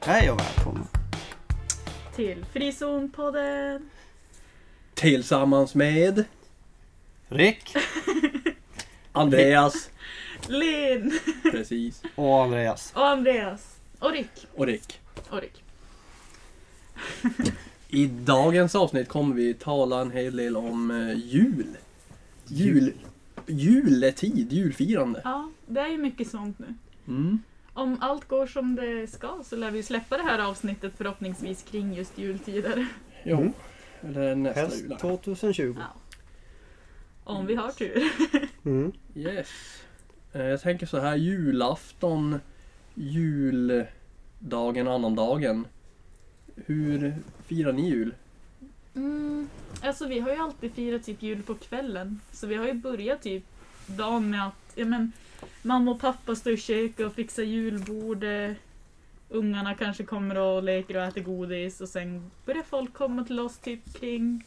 Hej och välkomna. till Frizonpodden. Tillsammans med Rick Andreas. Linn Precis. och Andreas. och Andreas och Rick. Och Rick. Och Rick. I dagens avsnitt kommer vi tala en hel del om eh, jul. Jul. Juletid, julfirande. Ja, det är ju mycket sånt nu. Mm. Om allt går som det ska så lär vi släppa det här avsnittet förhoppningsvis kring just jultider. Jo. Mm. Eller nästa Helst jul. 2020. Ja. Om vi har tur. Mm. Yes. Eh, Jag tänker så här, julafton, juldagen, annandagen. Hur firar ni jul? Mm, alltså vi har ju alltid firat typ jul på kvällen. Så vi har ju börjat typ dagen med att ja, men, mamma och pappa står i köket och fixar julbordet. Ungarna kanske kommer och leker och äter godis och sen börjar folk komma till oss typ kring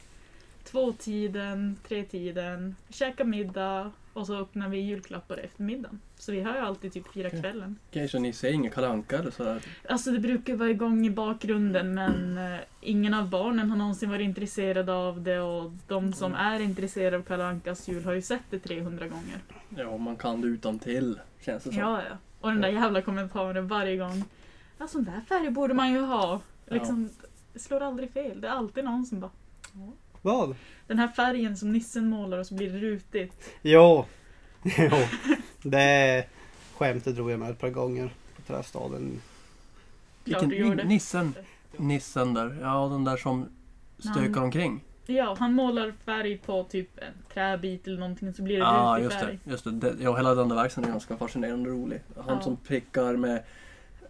tvåtiden, tretiden, käka middag och så öppnar vi julklappar efter middagen. Så vi har ju alltid typ firat Okej. kvällen. Okej, så ni ser inga kalanka eller sådär? Alltså det brukar vara igång i bakgrunden men eh, ingen av barnen har någonsin varit intresserad av det och de som Mm. är intresserade av Kalle Ankas jul har ju sett det 300 gånger. Ja, man kan det utan till känns det som. Ja, ja. Och den där jävla kommentaren varje gång. Ja, sån där färg borde man ju ha. Liksom, det slår aldrig fel. Det är alltid någon som bara Vad? Den här färgen som nissen målar och så blir det rutigt. Jo. jo. Det skämtet drog jag med ett par gånger på Trästaden. Klart du gör ni- det. Nissen. Nissen där. Ja, den där som stökar Han- omkring. Ja, han målar färg på typ en träbit eller någonting så blir det Ja, ah, rutig just färg. det. Just det. det. Ja, hela den där verksamheten är ganska fascinerande och rolig. Han Ja. som prickar med...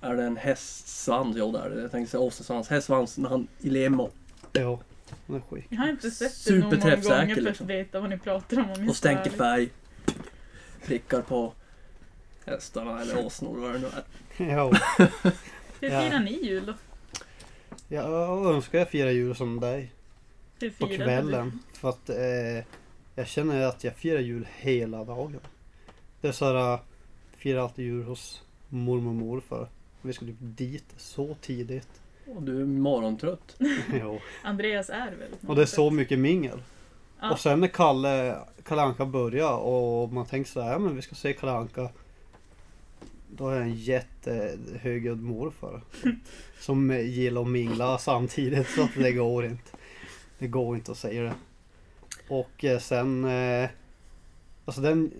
Är det en hästsvans? Ja, det är det. Jag tänkte säga ossesvans. Hästsvans när han i Lemo. Jo. Det är skit. Jag har inte sett det nog många Superträffsäker, gånger för att liksom. veta vad ni pratar om. om jag Och ska vara stänker ärlig. färg. Prickar på hästarna eller åsnor vad det nu är. Jo. Hur Ja. firar ni jul då? Jag önskar jag firar jul som dig. Hur På firar ni? kvällen. För att eh, jag känner att jag firar jul hela dagen. Det är så här. eh, Firar alltid jul hos mormor och morfar. Vi ska typ dit så tidigt. Och du är morgontrött. Jo. Andreas är väldigt Och det är så mycket mingel. Ja. Och sen när Kalle, Kalle Anka börjar och man tänker så här, "Ja, men vi ska se Kalle Anka. Då är jag en jättehögljudd morfar. som gillar att mingla samtidigt så att det går inte. Det går inte att säga det. Och eh, sen... eh, Alltså den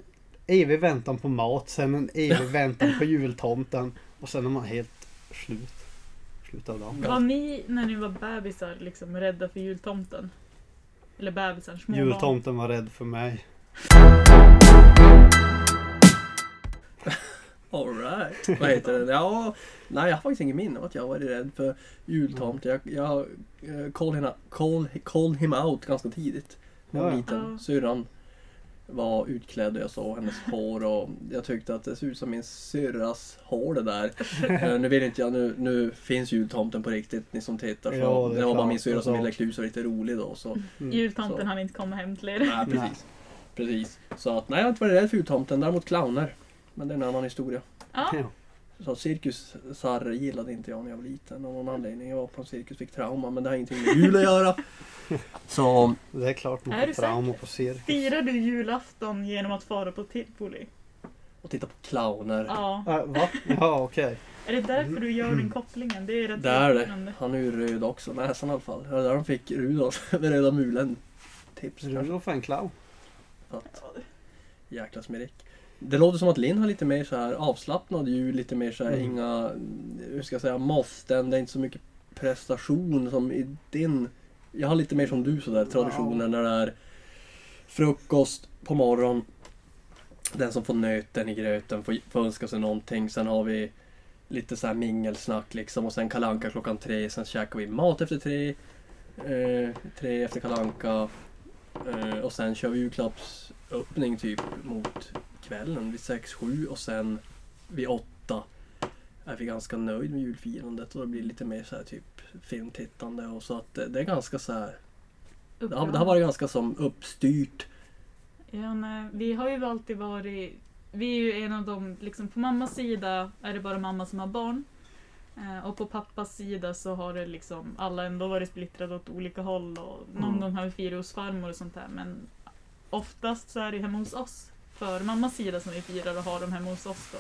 evig väntan på mat, sen en evig väntan på jultomten. Och sen är man helt slut. Slut av dagen. Var ni när ni var bebisar liksom rädda för jultomten? Eller bebisar, små barn? Jultomten var rädd för mig. Alright. Vad heter den? Ja, nej jag har faktiskt ingen minne av att jag var rädd för jultomt. Jag, jag eh, call, him, call, call him out ganska tidigt. När jag var Ja, ja. liten. Ja. Syrran var utklädd och jag såg hennes hår och jag tyckte att det såg ut som min syrras hår det där. Eh, nu vet inte jag, nu, nu finns jultomten på riktigt ni som tittar. Så Ja, det det, är var bara klart. min syrra som Och så- ville klä ut sig lite rolig då. Så. Mm. Jultomten Så. hann inte komma hem till er. Nej, precis. precis. Så att, nej jag har inte varit rädd för jultomten, däremot clowner. Men det är en annan historia. Ja, Ja. Så cirkusar gillade inte jag när jag var liten av någon anledning. Jag var på en cirkus fick trauma men det har ingenting med jul att göra. Så Det är klart Är man du får trauma på cirkus. firar du julafton genom att fara på tivoli? och titta på clowner. Ja. Äh, va? Ja okej. Är det därför du gör Mm. den kopplingen? Det är rätt Där är det. irriterande. Han är ju röd också, näsan i alla fall. Det var där de fick Rudolf med röda mulen. Tips kanske. Rudolf är en clown. Ja, Jäkla smirik. Det låter som att Linn har lite mer så här avslappnad jul, lite mer så här Mm. inga, hur ska jag säga, måsten. Det är inte så mycket prestation som i din. Jag har lite mer som du sådär traditioner när det är frukost på morgonen. Den som får nöten i gröten får, får önska sig någonting. Sen har vi lite så här mingelsnack liksom och sen kalanka klockan tre. Sen käkar vi mat efter tre. Eh, tre efter kalanka eh, och sen kör vi julklappsöppning typ mot kvällen vid sex sju och sen vid åtta är vi ganska nöjd med julfirandet och det blir lite mer så här typ filmtittande och så att eh, det är ganska så här det har, det har varit ganska som uppstyrt. Ja, nej, vi har ju alltid varit... Vi är ju en av de, liksom på mammas sida är det bara mamma som har barn. Eh, Och på pappas sida så har det liksom alla ändå varit splittrade åt olika håll och någon Mm. gång har vi firat hos farmor och sånt där men oftast så är det hemma hos oss. För mammas sida som vi firar och har dem hemma hos oss då.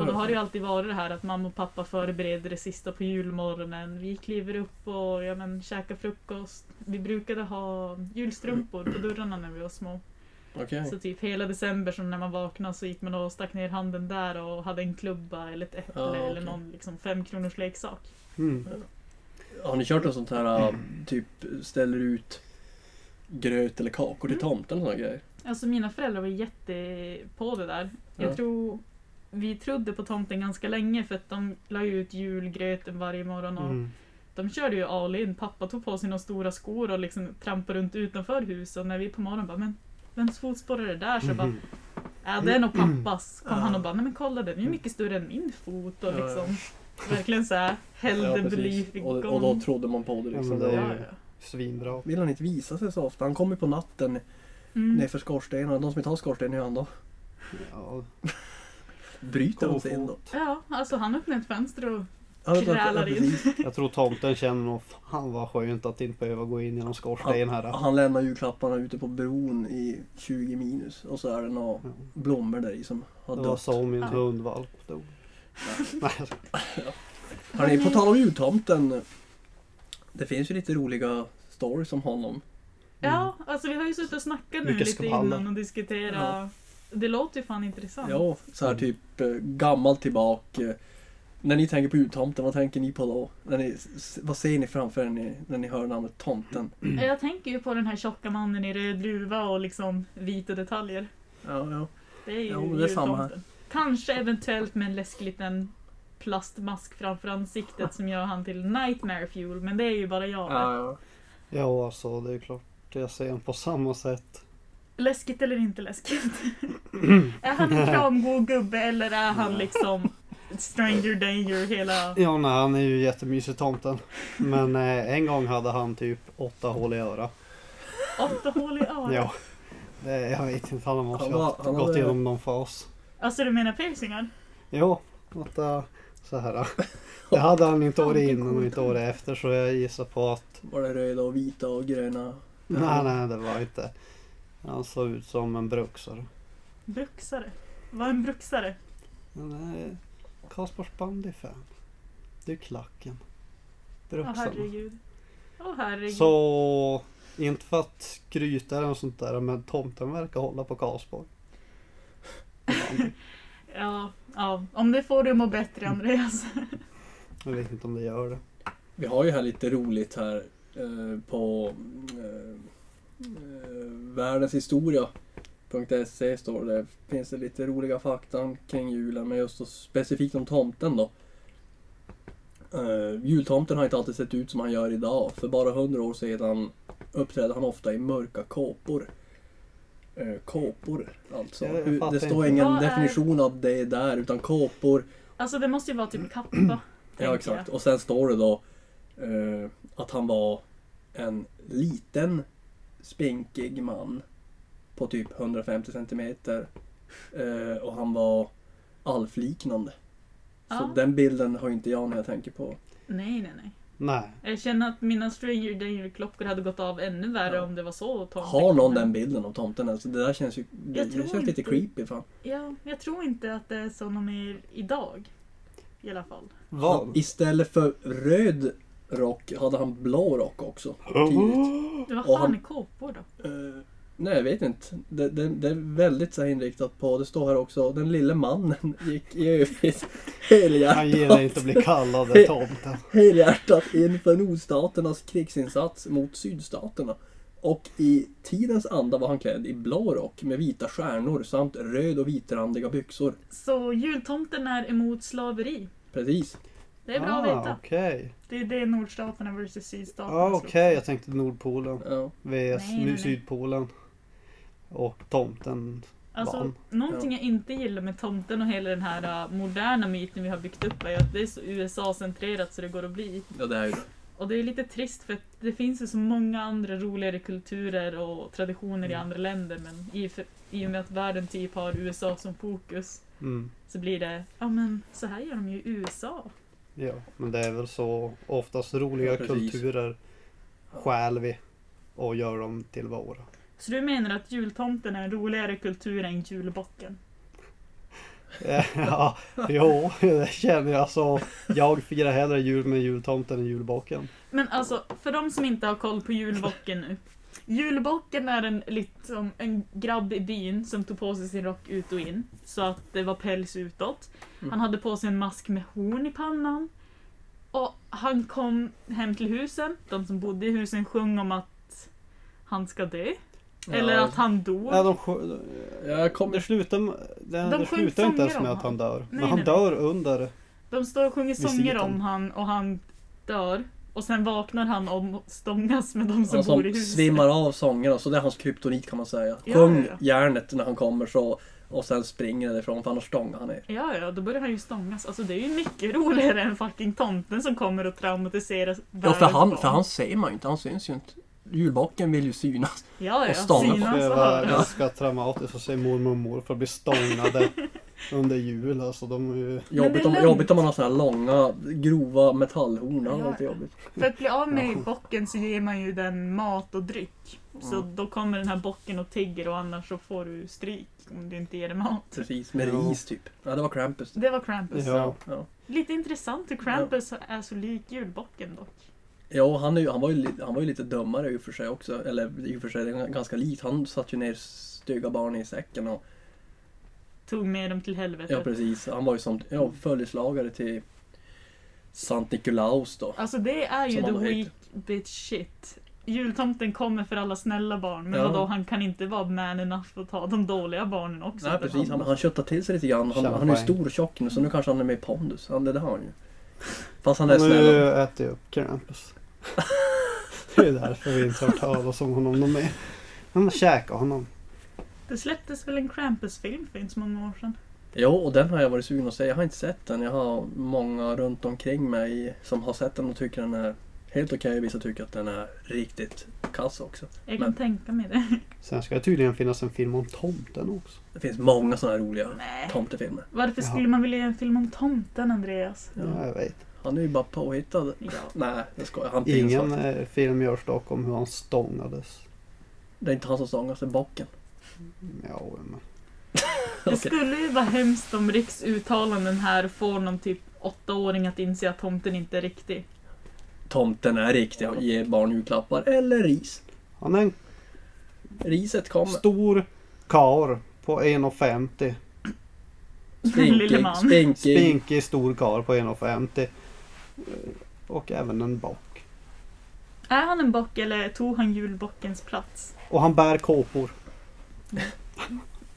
Och då har det ju alltid varit det här att mamma och pappa förbereder det sista på julmorgonen. Vi kliver upp och ja, men, käkar frukost. Vi brukade ha julstrumpor på dörrarna när vi var små. Okej. Så typ hela december som när man vaknade så gick man och stack ner handen där och hade en klubba eller ett äpple Ja, eller okej. någon liksom femkronors leksak. Mm. Har ni kört en sånt här, äh, typ ställer ut gröt eller Mm. kakor till tomten och såna grejer? Alltså mina föräldrar var jätte på det där. Jag Ja. tror vi trodde på tomten ganska länge för att de la ju ut julgröten varje morgon och Mm. de körde ju all in. Pappa tog på sig några stora skor och liksom trampade runt utanför huset och när vi på morgonen bara men vems fotspår är det där? Mm. Så jag bara Äh, det är nog pappas. Kom Ja. Mm. han och bara, nej men kolla den är ju mycket större än min fot och Ja, ja. liksom Verkligen såhär, hällde blyg i Och, gång. och då trodde man på det Ja, liksom. men det Ja, är ju- ja, ja. ja. Svinbra. Vill han inte visa sig så ofta? Han kommer på natten Mm. nerför skorstenen. De som inte har skorsten i hand då. Ja. Bryter de sig in då? Kofot. ja, alltså han öppnade ett fönster och Ja, det- Krälar ja, in. precis. Jag tror tomten känner nog fan vad skönt att inte behöva gå in genom skorstenen här. Han lämnar julklapparna ute på bron i 20 minus och så är det några blommor där i som har Det var dött. så min Ja. hundvalp dog. Nej, jag skojar. Hörni, på tal om jultomten. Det finns ju lite roliga stories om honom. Ja, alltså vi har ju suttit och snackat nu Mycket lite skvaller. innan och diskuterat. Det låter ju fan intressant. Ja, så här typ eh, gammalt tillbaka. Eh, När ni tänker på jultomten, vad tänker ni på då? När ni, s- vad ser ni framför er när ni, när ni hör namnet tomten? Jag tänker ju på den här tjocka mannen i röd luva och liksom vita detaljer. Ja, ja. Det är ju Jo, men det är samma här. jultomten. Kanske eventuellt med en läskig liten plastmask framför ansiktet som gör han till nightmare fuel, men det är ju bara jag. ja. Ja, alltså det är klart. Jag ser den på samma sätt. Läskigt eller inte läskigt? är han en kramgod gubbe eller är han liksom stranger danger hela... Ja, nej, han är ju jättemysig tomten. Men eh, en gång hade han typ åtta hål i örat. Åtta hål i örat? Ja. Det, jag vet inte, han måste Han ha var- haft, han gått hade- igenom någon fas. Alltså du menar piercingar? Ja, åtta eh, så här. Det hade han inte Fan, året vilken innan cool och inte året efter så jag gissar på att Var det röda och vita och gröna? nej, nej, det var inte. Han såg ut som en bruksare. Bruksare? Vad är en bruksare? Men, eh, Kaspars bandyfan. Du är klacken. Åh Bruksarna. herregud. Åh herregud. Så inte för att skryta eller något sånt där men tomten verkar hålla på Karlsborg. Ja, ja, om det får du må bättre Andreas. Jag vet inte om det gör det. Vi har ju här lite roligt här eh, på eh, eh, världenshistoria.se E står det. Finns det lite roliga fakta kring julen men just så specifikt om tomten då. Eh, jultomten har inte alltid sett ut som han gör idag. För bara hundra år sedan uppträdde han ofta i mörka kåpor. Eh, kåpor alltså. Jag Hur- fattar Det står inte. ingen Vad är- definition av det där utan kåpor Alltså det måste ju vara typ kappa. tänker Mm. Ja jag. exakt. Och sen står det då eh, att han var en liten spinkig man på typ 150 centimeter. Eh, och han var alfliknande. Ja. Så den bilden har inte jag när jag tänker på. Nej, nej, nej. Nej. Jag känner att mina Stranger Danger-klockor hade gått av ännu värre Ja. om det var så. Tom Har någon tänkte. den bilden av tomten? Alltså, det där känns ju det, Jag det tror känns inte. lite creepy. Fan. Ja, jag tror inte att det är så någon mer idag. I alla fall. Vad? Istället för röd rock hade han blå rock också. Tidigt. Det var Och fan han- i kåpor då? Eh, nej, jag vet inte. Det, det, det är väldigt så här inriktat på, det står här också, den lille mannen gick i övrigt Typ. Han gillar helhjärtat, inte att bli kallad tomten. helhjärtat in för nordstaternas krigsinsats mot sydstaterna. Och i tidens anda var han klädd i blå rock med vita stjärnor samt röd och vitrandiga byxor. Så jultomten är emot slaveri. Precis. Det är bra att veta. Ah, Okej, Det är det nordstaterna versus sydstaterna ah, slåss. okej. jag tänkte Nordpolen. Ja. VS Nej, nej, nej. Sydpolen. Och tomten. Alltså, Barn. någonting jag inte gillar med tomten och hela den här äh, moderna myten vi har byggt upp är ju att det är så USA-centrerat så det går att bli. ja, det är ju det. Och det är lite trist för att det finns ju så många andra roligare kulturer och traditioner Mm. i andra länder men i, för, i och med att världen typ har USA som fokus Mm. så blir det, ja men så här gör de ju i USA. Ja, men det är väl så oftast roliga Ja, precis. kulturer stjäl vi och gör dem till våra. Så du menar att jultomten är en roligare kultur än julbocken? ja, jo, det känner jag så. Jag firar hellre jul med jultomten än julbocken. Men alltså, för de som inte har koll på julbocken nu. Julbocken är en, liksom, en grabb i byn som tog på sig sin rock ut och in. Så att det var päls utåt. Mm. Han hade på sig en mask med horn i pannan. Och han kom hem till husen. De som bodde i husen sjöng om att han ska dö. Eller Ja, att han dog. Nej, de, sjö- Jag det kommer... slutar, det, De det sjunger slutar inte ens sånger med om att han dör. Men Nej, han nej, dör under... De står och sjunger Visst sånger gick han. om han och han dör. Och sen vaknar han om och stångas med de som Han bor i som huset. svimmar av sångerna, så det är hans kryptonit kan man säga. Ja, Sjung ja. järnet när han kommer så, och sen springer det ifrån för annars stångar han er. Ja, ja, då börjar han ju stångas. Alltså det är ju mycket roligare än fucking tomten som kommer och traumatiserar Ja, för världens han, barn. för han ser man ju inte, han syns ju inte. Julbocken vill ju synas. Ja, ja, och stångas. synas Det och var höras. ganska traumatiskt att se mormor och morfar bli stångade under jul. Alltså, de är ju... Men det är Jobbigt om, lugnt. jobbigt om man har såna här långa, grova metallhorn. Det Ja, var lite ja. jobbigt. För att bli av med bocken så ger man ju den mat och dryck. Så Mm. då kommer den här bocken och tigger och annars så får du stryk om du inte ger den mat. Precis, med Ja. ris typ. Ja, det var Krampus. Det var Krampus. Ja. Ja. Lite intressant hur Krampus är så lik julbocken dock. Ja, han, är ju, han, var ju, li- han var ju lite dummare i och för sig också. Eller i och för sig, det är ganska likt. Han satt ju ner stygga barn i säcken och... Tog med dem till helvetet. Ja, precis. Han var ju som ja, följeslagare till Sant Nikolaus då. Alltså det är ju Som the han weak heter. bitch shit. Jultomten kommer för alla snälla barn, men Ja. vadå, han kan inte vara man enough för att ta de dåliga barnen också. Nej, för precis. Han, han- han köttar till sig lite grann. Han, han är ju Champagne. stor och tjock nu, så nu kanske han är med i pondus. Han, det, det har han ju. Fast han är snäll. Nu äter jag upp Krampus. Det är därför vi inte har hört talas om honom någon mer. Han käkar honom. Det släpptes väl en Krampus-film för inte så många år sedan? Jo, och den har jag varit sugen att se. Jag har inte sett den. Jag har många runt omkring mig som har sett den och tycker den är helt okej. Vissa tycker att den är riktigt kass också. Jag kan Men- tänka mig det. Sen ska det tydligen finnas en film om tomten också. Det finns många sådana här roliga Nej. tomtefilmer. Varför Jaha. skulle man vilja göra en film om tomten, Andreas? Ja, jag vet. Han är ju bara påhittad. Ja. Nej, jag skojar. Han finns Ingen faktiskt. eh, film görs dock om hur han stångades. Det är inte han som stångas, det är bocken. Ja, men. Det Okej. skulle ju vara hemskt om Riks uttalanden här får någon typ åttaåring att inse att tomten inte är riktig. Tomten är riktig. Han ger barn julklappar eller ris. Han är en Riset kommer. stor kar på 1,50. Lille man. Spinkig, spinkig. Spinkig stor kar på 1,50. Eh, Och även en bock. Är han en bock eller tog han julbockens plats? Och han bär kåpor.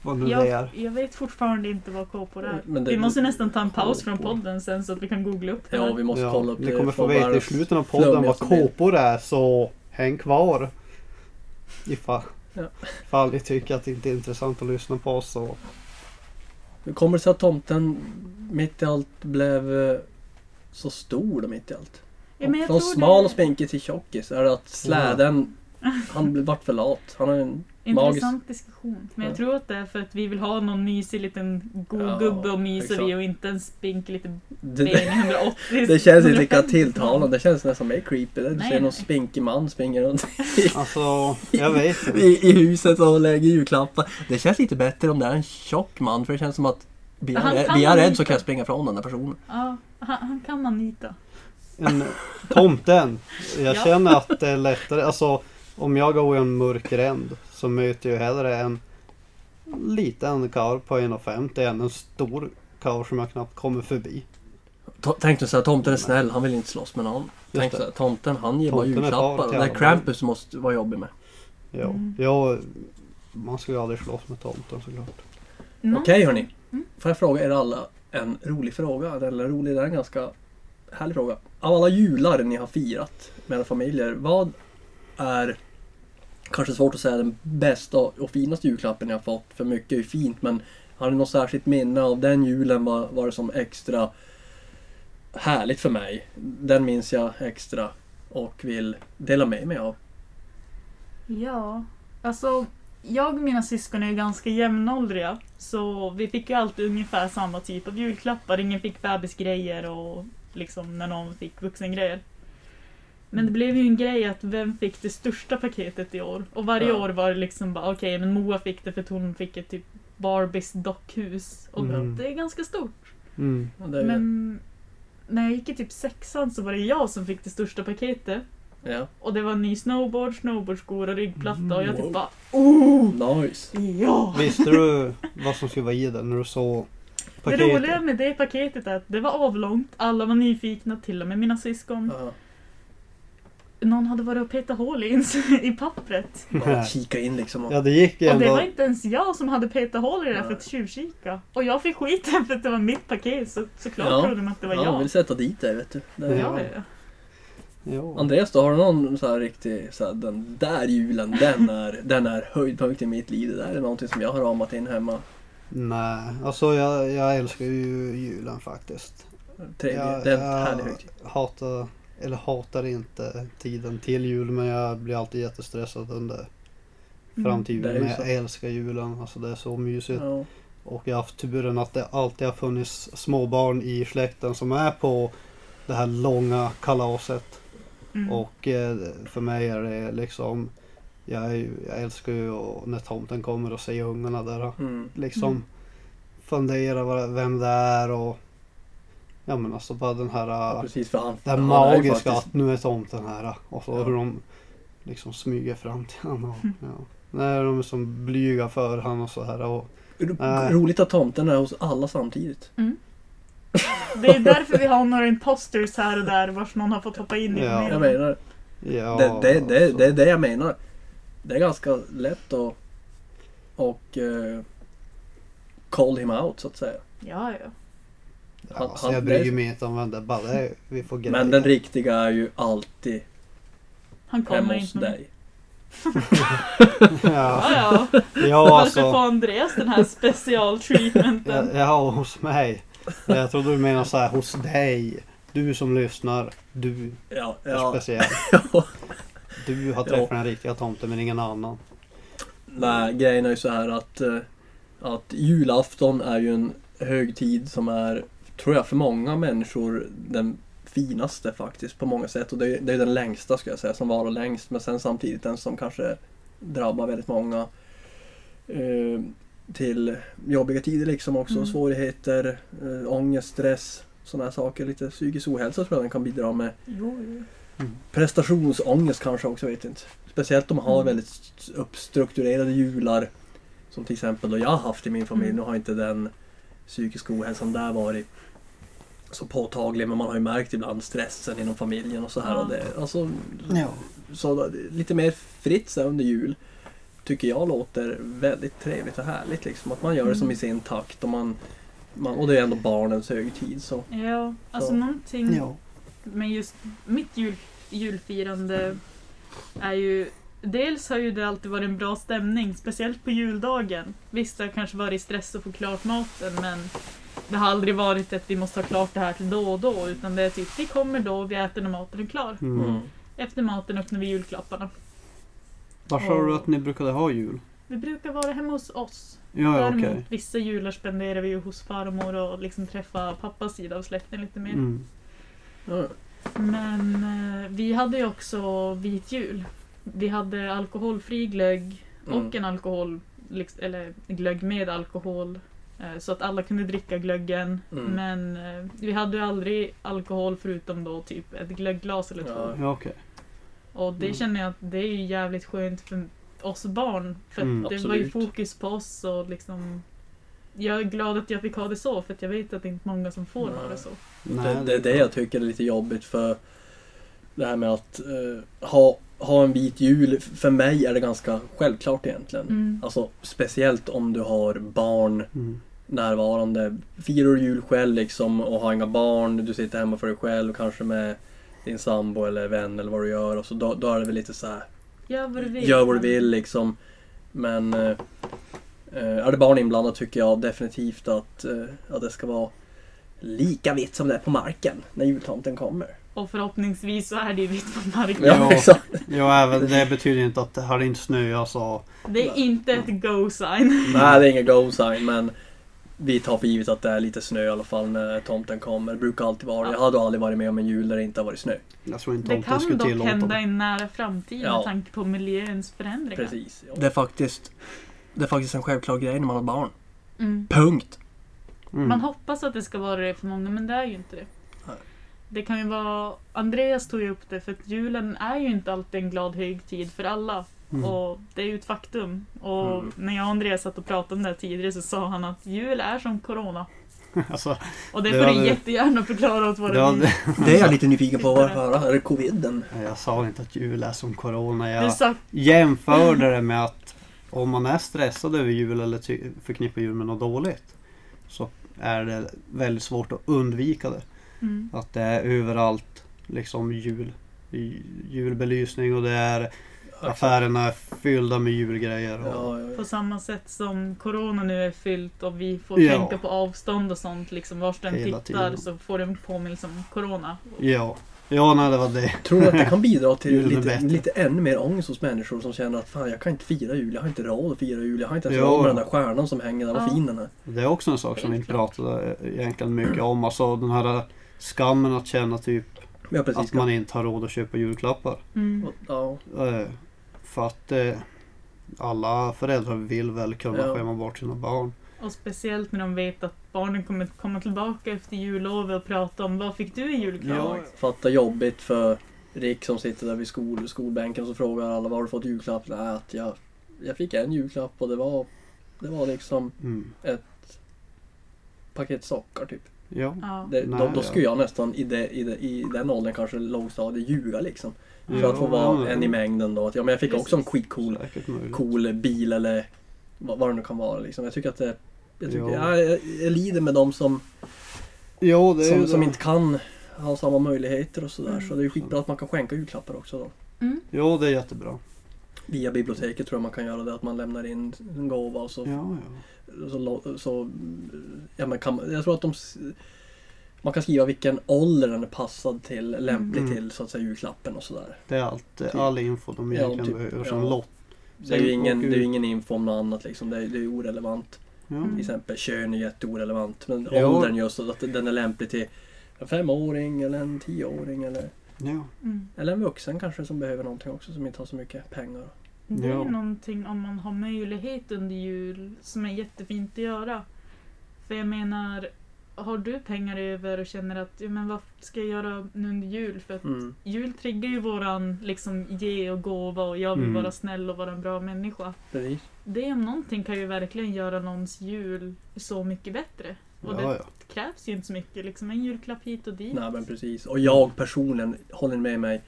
Vad nu det Jag, är. jag vet fortfarande inte vad kåpor är. Men det- vi måste nästan ta en paus från Kåpor. podden sen så att vi kan googla upp det. Ja, här. vi måste kolla Ja, upp ni kommer få från veta i världens- slutet av podden vad flummigaste bild. kåpor är så häng kvar. Ifall, Ja. ifall ni tycker att det inte är intressant att lyssna på oss så. Hur kommer det sig att tomten mitt i allt blev eh, så stor då mitt i allt? Ja, men jag Från tror smal det- och spinkig till tjockis. Är det att släden... Han blev- vart för lat. Han har en... Intressant diskussion. Men jag Ja. tror att det är för att vi vill ha någon mysig liten god Ja, gubbe och mysa exakt. vid och inte en spinkig liten ben Det, 180. det känns inte lika 150. tilltalande. Det känns nästan mer creepy. Du Nej, ser någon nej. spinkig man springa runt Alltså, jag vet inte. i, i huset och lägger julklappar. Det känns lite bättre om det är en tjock man för det känns som att blir jag, Han rä- kan blir jag man rädd inte. så kan jag springa från den här personen. Ja, han, han kan Anita. En, tomten. Jag Ja. känner att det är lättare. Alltså, om jag går i en mörk ränd så möter jag hellre en liten karl på 1,50 än en stor karl som jag knappt kommer förbi. To- Tänk nu såhär, tomten är snäll, han vill inte slåss med någon. Tänk det. såhär, tomten han ger bara Tomten är far julklappar. till Det är alla. Krampus måste vara jobbig med. Ja. Mm. Ja, man ska ju aldrig slåss med tomten såklart. Mm. Okej hörni. Mm. Får jag fråga er alla en rolig fråga? Eller rolig, det är en ganska härlig fråga. Av alla jular ni har firat med era familjer, vad är kanske svårt att säga den bästa och finaste julklappen ni har fått? För mycket är ju fint, men har ni något särskilt minne av den julen? Vad var det som extra härligt för mig? Den minns jag extra och vill dela med mig av. Ja, alltså jag och mina syskon är ju ganska jämnåldriga. Så vi fick ju alltid ungefär samma typ av julklappar. Ingen fick bebisgrejer och liksom när någon fick vuxengrejer. Men Mm. det blev ju en grej att vem fick det största paketet i år? Och varje Ja. år var det liksom bara okej, men Moa fick det för att hon fick ett typ Barbies dockhus. Och Mm. det är ganska stort. Mm. Ja, det är ju- Men när jag gick i typ sexan så var det jag som fick det största paketet. Ja. Och det var en ny snowboard, snowboardskor och ryggplatta och jag typ Wow. bara oh, Nice. ja! Visste du vad som skulle vara i den när du såg Det roliga med det paketet är att det var avlångt, alla var nyfikna, till och med mina syskon. Ja. Någon hade varit och petat hål i, i pappret. Bara kika in liksom. Och, Ja det gick ju Och det var ändå. inte ens jag som hade petat hål i det där för Nej. att tjuvkika. Och jag fick skiten för att det var mitt paket, så såklart Ja. trodde man att det var ja, jag. vill sätta dit dig vet du. Det är- Ja, ja. Jo. Andreas då, har du någon så här riktig, så här, den där julen, den är, den är höjdpunkten i mitt liv. Det där är någonting som jag har ramat in hemma. Nej, alltså jag, jag älskar ju julen faktiskt. Trevlig, Ja, det är en ja. härlig högtid. Hatar, eller hatar inte tiden till jul men jag blir alltid jättestressad under Mm. fram till Det är julen. ju Men så. jag älskar julen, alltså det är så mysigt. Ja. Och jag har haft turen att det alltid har funnits småbarn i släkten som är på det här långa kalaset. Mm. Och eh, för mig är det liksom, jag, är ju- jag älskar ju och- när tomten kommer och se ungarna där. Mm. Liksom Mm. fundera vad- vem det är och ja men alltså bara den här Ja, eh, precis, för han, det här han är ju magiska faktiskt- att nu är tomten här eh, och så Ja. hur de liksom smyger fram till honom. Mm. Och, ja. När de är som blyga för honom och så här. Och, Ro- Nej. Roligt att tomten är hos alla samtidigt. Det är därför vi har några imposters här och där vars någon har fått hoppa in i Ja. Jag panelen. menar, ja, det, det, det, alltså. det är det jag menar. Det är ganska lätt att och, eh, call him out så att säga. Ja, ja. Ja, Han- alltså, han- jag det bryr är- mig inte om vem det är. Bara det, är- vi får grejer. Men den riktiga är ju alltid Han hemma kommer hos inte med. dig. ja, Ja, ja. ja, Varför får alltså. Andreas den här specialtreatmenten? Ja, ja, hos mig. Jag trodde du menade så här hos dig. Du som lyssnar. Du Ja, är ja. speciell. Ja. Du har träffat den riktiga tomten men ingen annan. Nej, grejen är ju så här att, eh, att julafton är ju en högtid som är, tror jag, för många människor den finaste faktiskt på många sätt. Och det är, det är den längsta ska jag säga, som varar längst. Men sen samtidigt den som kanske drabbar väldigt många eh, till jobbiga tider liksom också. Mm. Svårigheter, eh, ångest, stress, sådana här saker. Lite psykisk ohälsa tror jag den kan bidra med. Jo, jo. Prestationsångest kanske också, vet inte. Speciellt om man har Mm. väldigt st- uppstrukturerade jular. Som till exempel då jag har haft i min familj. Mm. Nu har inte den psykiska ohälsan där varit så påtaglig. Men man har ju märkt ibland stressen inom familjen och så här. Ja. Och det, alltså, Ja. så då- lite mer fritt så här under jul. Tycker jag låter väldigt trevligt och härligt. Liksom. Att man gör det som i Mm. sin takt. Och, man, man, och det är ändå barnens högtid. Så. Ja, alltså Så. någonting med just mitt jul, julfirande är ju Dels har ju det alltid varit en bra stämning, speciellt på juldagen. Visst, det har kanske varit stress att få klart maten, men det har aldrig varit att vi måste ha klart det här till då och då, utan det är typ vi kommer då, vi äter när maten är klar. Mm. Mm. Efter maten öppnar vi julklapparna. Var sa du att ni brukade ha jul? Vi brukar vara hemma hos oss. Ah, Ja, ja Däremot okej. vissa jular spenderar vi ju hos farmor och liksom träffa pappas sida av släkten lite mer. Mm. Ja. Men eh, vi hade ju också vit jul. Vi hade alkoholfri glögg och Mm. en alkohol, liks- eller glögg med alkohol. eh, Så att alla kunde dricka glöggen. Mm. Men eh, vi hade ju aldrig alkohol förutom då typ ett glöggglas eller två. Ja. Ja, okej. Och det Mm. känner jag att det är ju jävligt skönt för oss barn. För att Mm. det var ju Absolut. fokus på oss och liksom... Jag är glad att jag fick ha det så för att jag vet att det är inte många som får ha Nej. det så. Nej, Det, det är det jag tycker är lite jobbigt för det här med att eh, ha, ha en vit jul. F- För mig är det ganska självklart egentligen. Mm. Alltså speciellt om du har barn Mm. närvarande. Firar du jul själv liksom och har inga barn, du sitter hemma för dig själv kanske med din sambo eller vän eller vad du gör. Och så då, då är det väl lite så här, Gör vad du vill. gör vad du vill liksom. Men eh, eh, är det barn inblandat tycker jag definitivt att, eh, att det ska vara lika vitt som det är på marken när jultomten kommer. Liksom. Och förhoppningsvis så är det ju vitt på marken. Ja. exakt. Ja, även det betyder inte att det hade inte snöat alltså. så. Det är inte ett go-sign. Nej, det är ingen go sign men vi tar för givet att det är lite snö i alla fall när tomten kommer. Det brukar alltid vara det. Jag hade aldrig varit med om en jul där det inte har varit snö. Jag tror inte Det tomten kan skulle dock tillåta hända det. i en nära framtid Ja. med tanke på miljöns förändringar. Precis. Ja. Det är faktiskt det är faktiskt en självklar grej när man har barn. Mm. Punkt! Mm. Man hoppas att det ska vara det för många, men det är ju inte det. Nej. Det kan ju vara... Andreas tog ju upp det, för att julen är ju inte alltid en glad högtid för alla. Mm. Och det är ju ett faktum. Och Mm. när jag och Andreas satt och pratade om det här tidigare så sa han att jul är som corona. Alltså, Och det Det får hade- du jättegärna förklara åt våra det var, lyssnare. Det är jag lite nyfiken på att höra. Är det coviden? jag sa inte att jul är som corona. Du Jag sa jämförde det med att om man är stressad över jul eller ty- förknippar jul med något dåligt så är det väldigt svårt att undvika det. mm, Att det är överallt liksom jul. Ju- Julbelysning och det är affärerna är fyllda med julgrejer. Och, Ja, ja, ja. på samma sätt som corona nu är fyllt och vi får Ja. tänka på avstånd och sånt. Liksom, vars den Hela tittar tiden. så får den påminnelse om corona. ja. ja, nej det var det. Tror du att det kan bidra till Julen är lite, bättre. lite ännu mer ångest hos människor som känner att fan jag kan inte fira jul, jag har inte råd att fira jul, jag har inte ens Ja. råd med den där stjärnan som hänger där, vad Ja. fin den är. Det är också en sak som vi inte pratade egentligen mycket om. Alltså den här skammen att känna typ Ja, precis. att man inte har råd att köpa julklappar. Mm. Ja, Eh, För att eh, alla föräldrar vill väl kunna Ja. skämma bort sina barn. Och speciellt när de vet att barnen kommer att komma tillbaka efter jullovet och prata om vad fick du i julklapp? Ja, fatta jobbigt för Rick som sitter där vid skol, skolbänken och så frågar alla vad har du fått i julklapp? Nej, att jag, jag fick en julklapp och det var, det var liksom Mm. paket sockar typ. Ja. Ja. Det, Nej, då, då ja. skulle jag nästan i, det, i, det, i den åldern kanske lågstadiet ljuga liksom. För Ja, att få vara men- en i mängden då. Att, ja, men jag fick också en skitcool Säkert möjligt. Mm. cool bil eller vad, vad det nu kan vara liksom. Jag tycker att det jag, tycker, Jo. ja, jag, jag lider med dem som, Jo, det är ju som, som det. inte kan ha samma möjligheter och sådär. Mm. Så det är ju skitbra att man kan skänka julklappar också då. Jo, det är jättebra. Via biblioteket tror jag man kan göra det, att man lämnar in en gåva och så... Ja, så, lo- så ja, men kan, man- jag tror att de... s- Man kan skriva vilken ålder den är passad till, lämplig Mm. till så att säga julklappen och sådär. Det är allt, eh, all info de Ja, egentligen typ. behöver som Ja. lott. Det är ju Sen- ingen, och- det är ju ingen info om något annat liksom, det är, det är ju orelevant. Ja. Till Mm. exempel kön är jätteorelevant, men Ja. åldern just så att den är lämplig till en femåring eller en tioåring eller, Ja. Mm. eller en vuxen kanske som behöver någonting också som inte har så mycket pengar. Det är Ja. ju någonting om man har möjlighet under jul som är jättefint att göra. För jag menar, har du pengar över och känner att ja, men vad ska jag göra nu under jul? För att Mm. jul triggar ju våran liksom, ge och gåva och jag vill Mm. vara snäll och vara en bra människa. Precis. Det om någonting kan ju verkligen göra någons jul så mycket bättre. Och Ja, det ja. krävs ju inte så mycket, liksom en julklapp hit och dit. Nej men precis. Och jag personligen, håller ni med mig?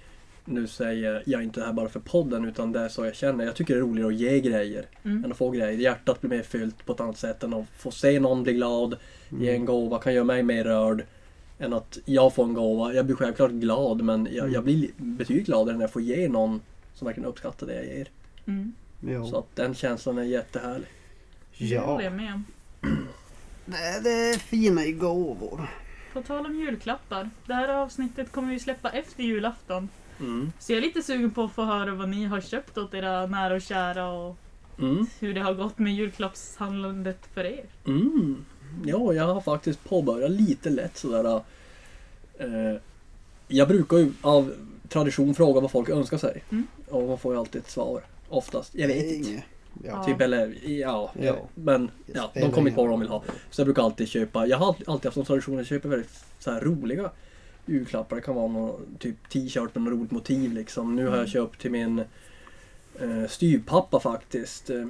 Nu säger jag inte det här bara för podden utan det är så jag känner. Jag tycker det är roligare att ge grejer Mm. än att få grejer. Hjärtat blir mer fyllt på ett annat sätt än att få se någon bli glad, ge en Mm. gåva, kan göra mig mer rörd. Än att jag får en gåva. Jag blir självklart glad men jag, Mm. jag blir betydligt gladare när jag får ge någon som verkligen uppskattar det jag ger. Mm. Så Ja. att den känslan är jättehärlig. Det ja. håller jag med om. Det, det är fina i gåvor. På tal om julklappar. Det här avsnittet kommer vi släppa efter julafton. Mm. Så jag är lite sugen på att få höra vad ni har köpt åt era nära och kära och Mm. hur det har gått med julklappshandlandet för er. Mm. Ja, jag har faktiskt påbörjat lite lätt sådär. Eh, jag brukar ju av tradition fråga vad folk önskar sig. Mm. Och man får ju alltid ett svar. Oftast. Jag vet inte. Inget. Ja. Typ eller ja, Ja. men ja, de spelar kommer ingen inte på vad de roll. vill ha. Så jag brukar alltid köpa, jag har alltid alltid haft som tradition att köpa väldigt så här roliga julklappar. Det kan vara någon typ t-shirt med något roligt motiv liksom. Nu har jag Mm. köpt till min eh, styvpappa faktiskt. Eh,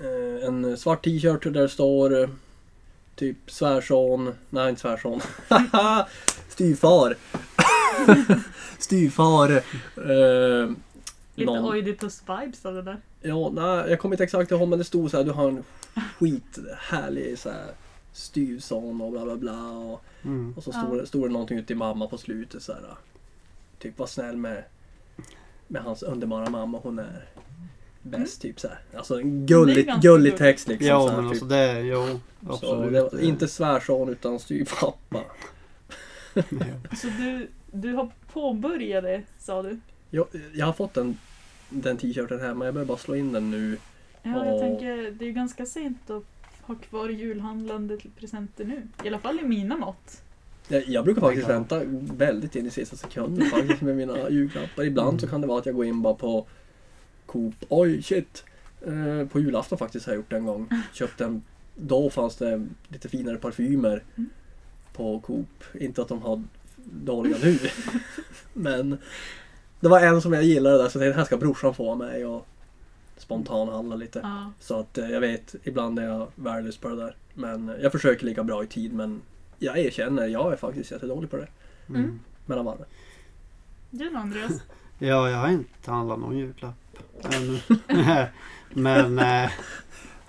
eh, en svart t-shirt där det står eh, typ svärson, nej inte svärson, styvfar. styvfar. Eh, Lite någon- Oidipus-vibes av det där. Ja, nej, jag kommer inte exakt ihåg men det stod så här, du har en skithärlig så här styvson och bla bla bla. Och, Mm. och så Ja. stod, det, stod det någonting ut till mamma på slutet så här. Typ var snäll med, med hans underbara mamma, hon är bäst typ så här. Alltså en Mm. Det är gullig, ganska gullig gulligt. text liksom. Ja, så här, men typ. alltså det, jo, så absolut. det var inte svärson utan styvpappa. Så du, du har påbörjat det, sa du? Jag, jag har fått den, den t-shirten hemma, jag behöver bara slå in den nu. Ja, jag Ja. tänker det är ju ganska sent att ha kvar julhandlande till presenter nu. I alla fall i mina mått. Eh, Jag, jag brukar faktiskt vänta väldigt in i sista sekunden faktiskt med mina julklappar. Ibland så kan det vara att jag går in bara på Coop. Oj, shit! Eh, på julafton faktiskt har jag gjort det en gång. Köpt en, då fanns det lite finare parfymer Mm. på Coop. Inte att de har dåliga nu. Men det var en som jag gillade där så jag tänkte den här ska brorsan få av mig och spontanhandla lite. Ja. Så att eh, jag vet, ibland är jag värdelös på det där. Men eh, jag försöker ligga bra i tid men jag erkänner, jag är faktiskt jättedålig på det. Mm. Mellan varven. Du då Andreas? Ja, jag har inte handlat någon julklapp ännu. Men eh,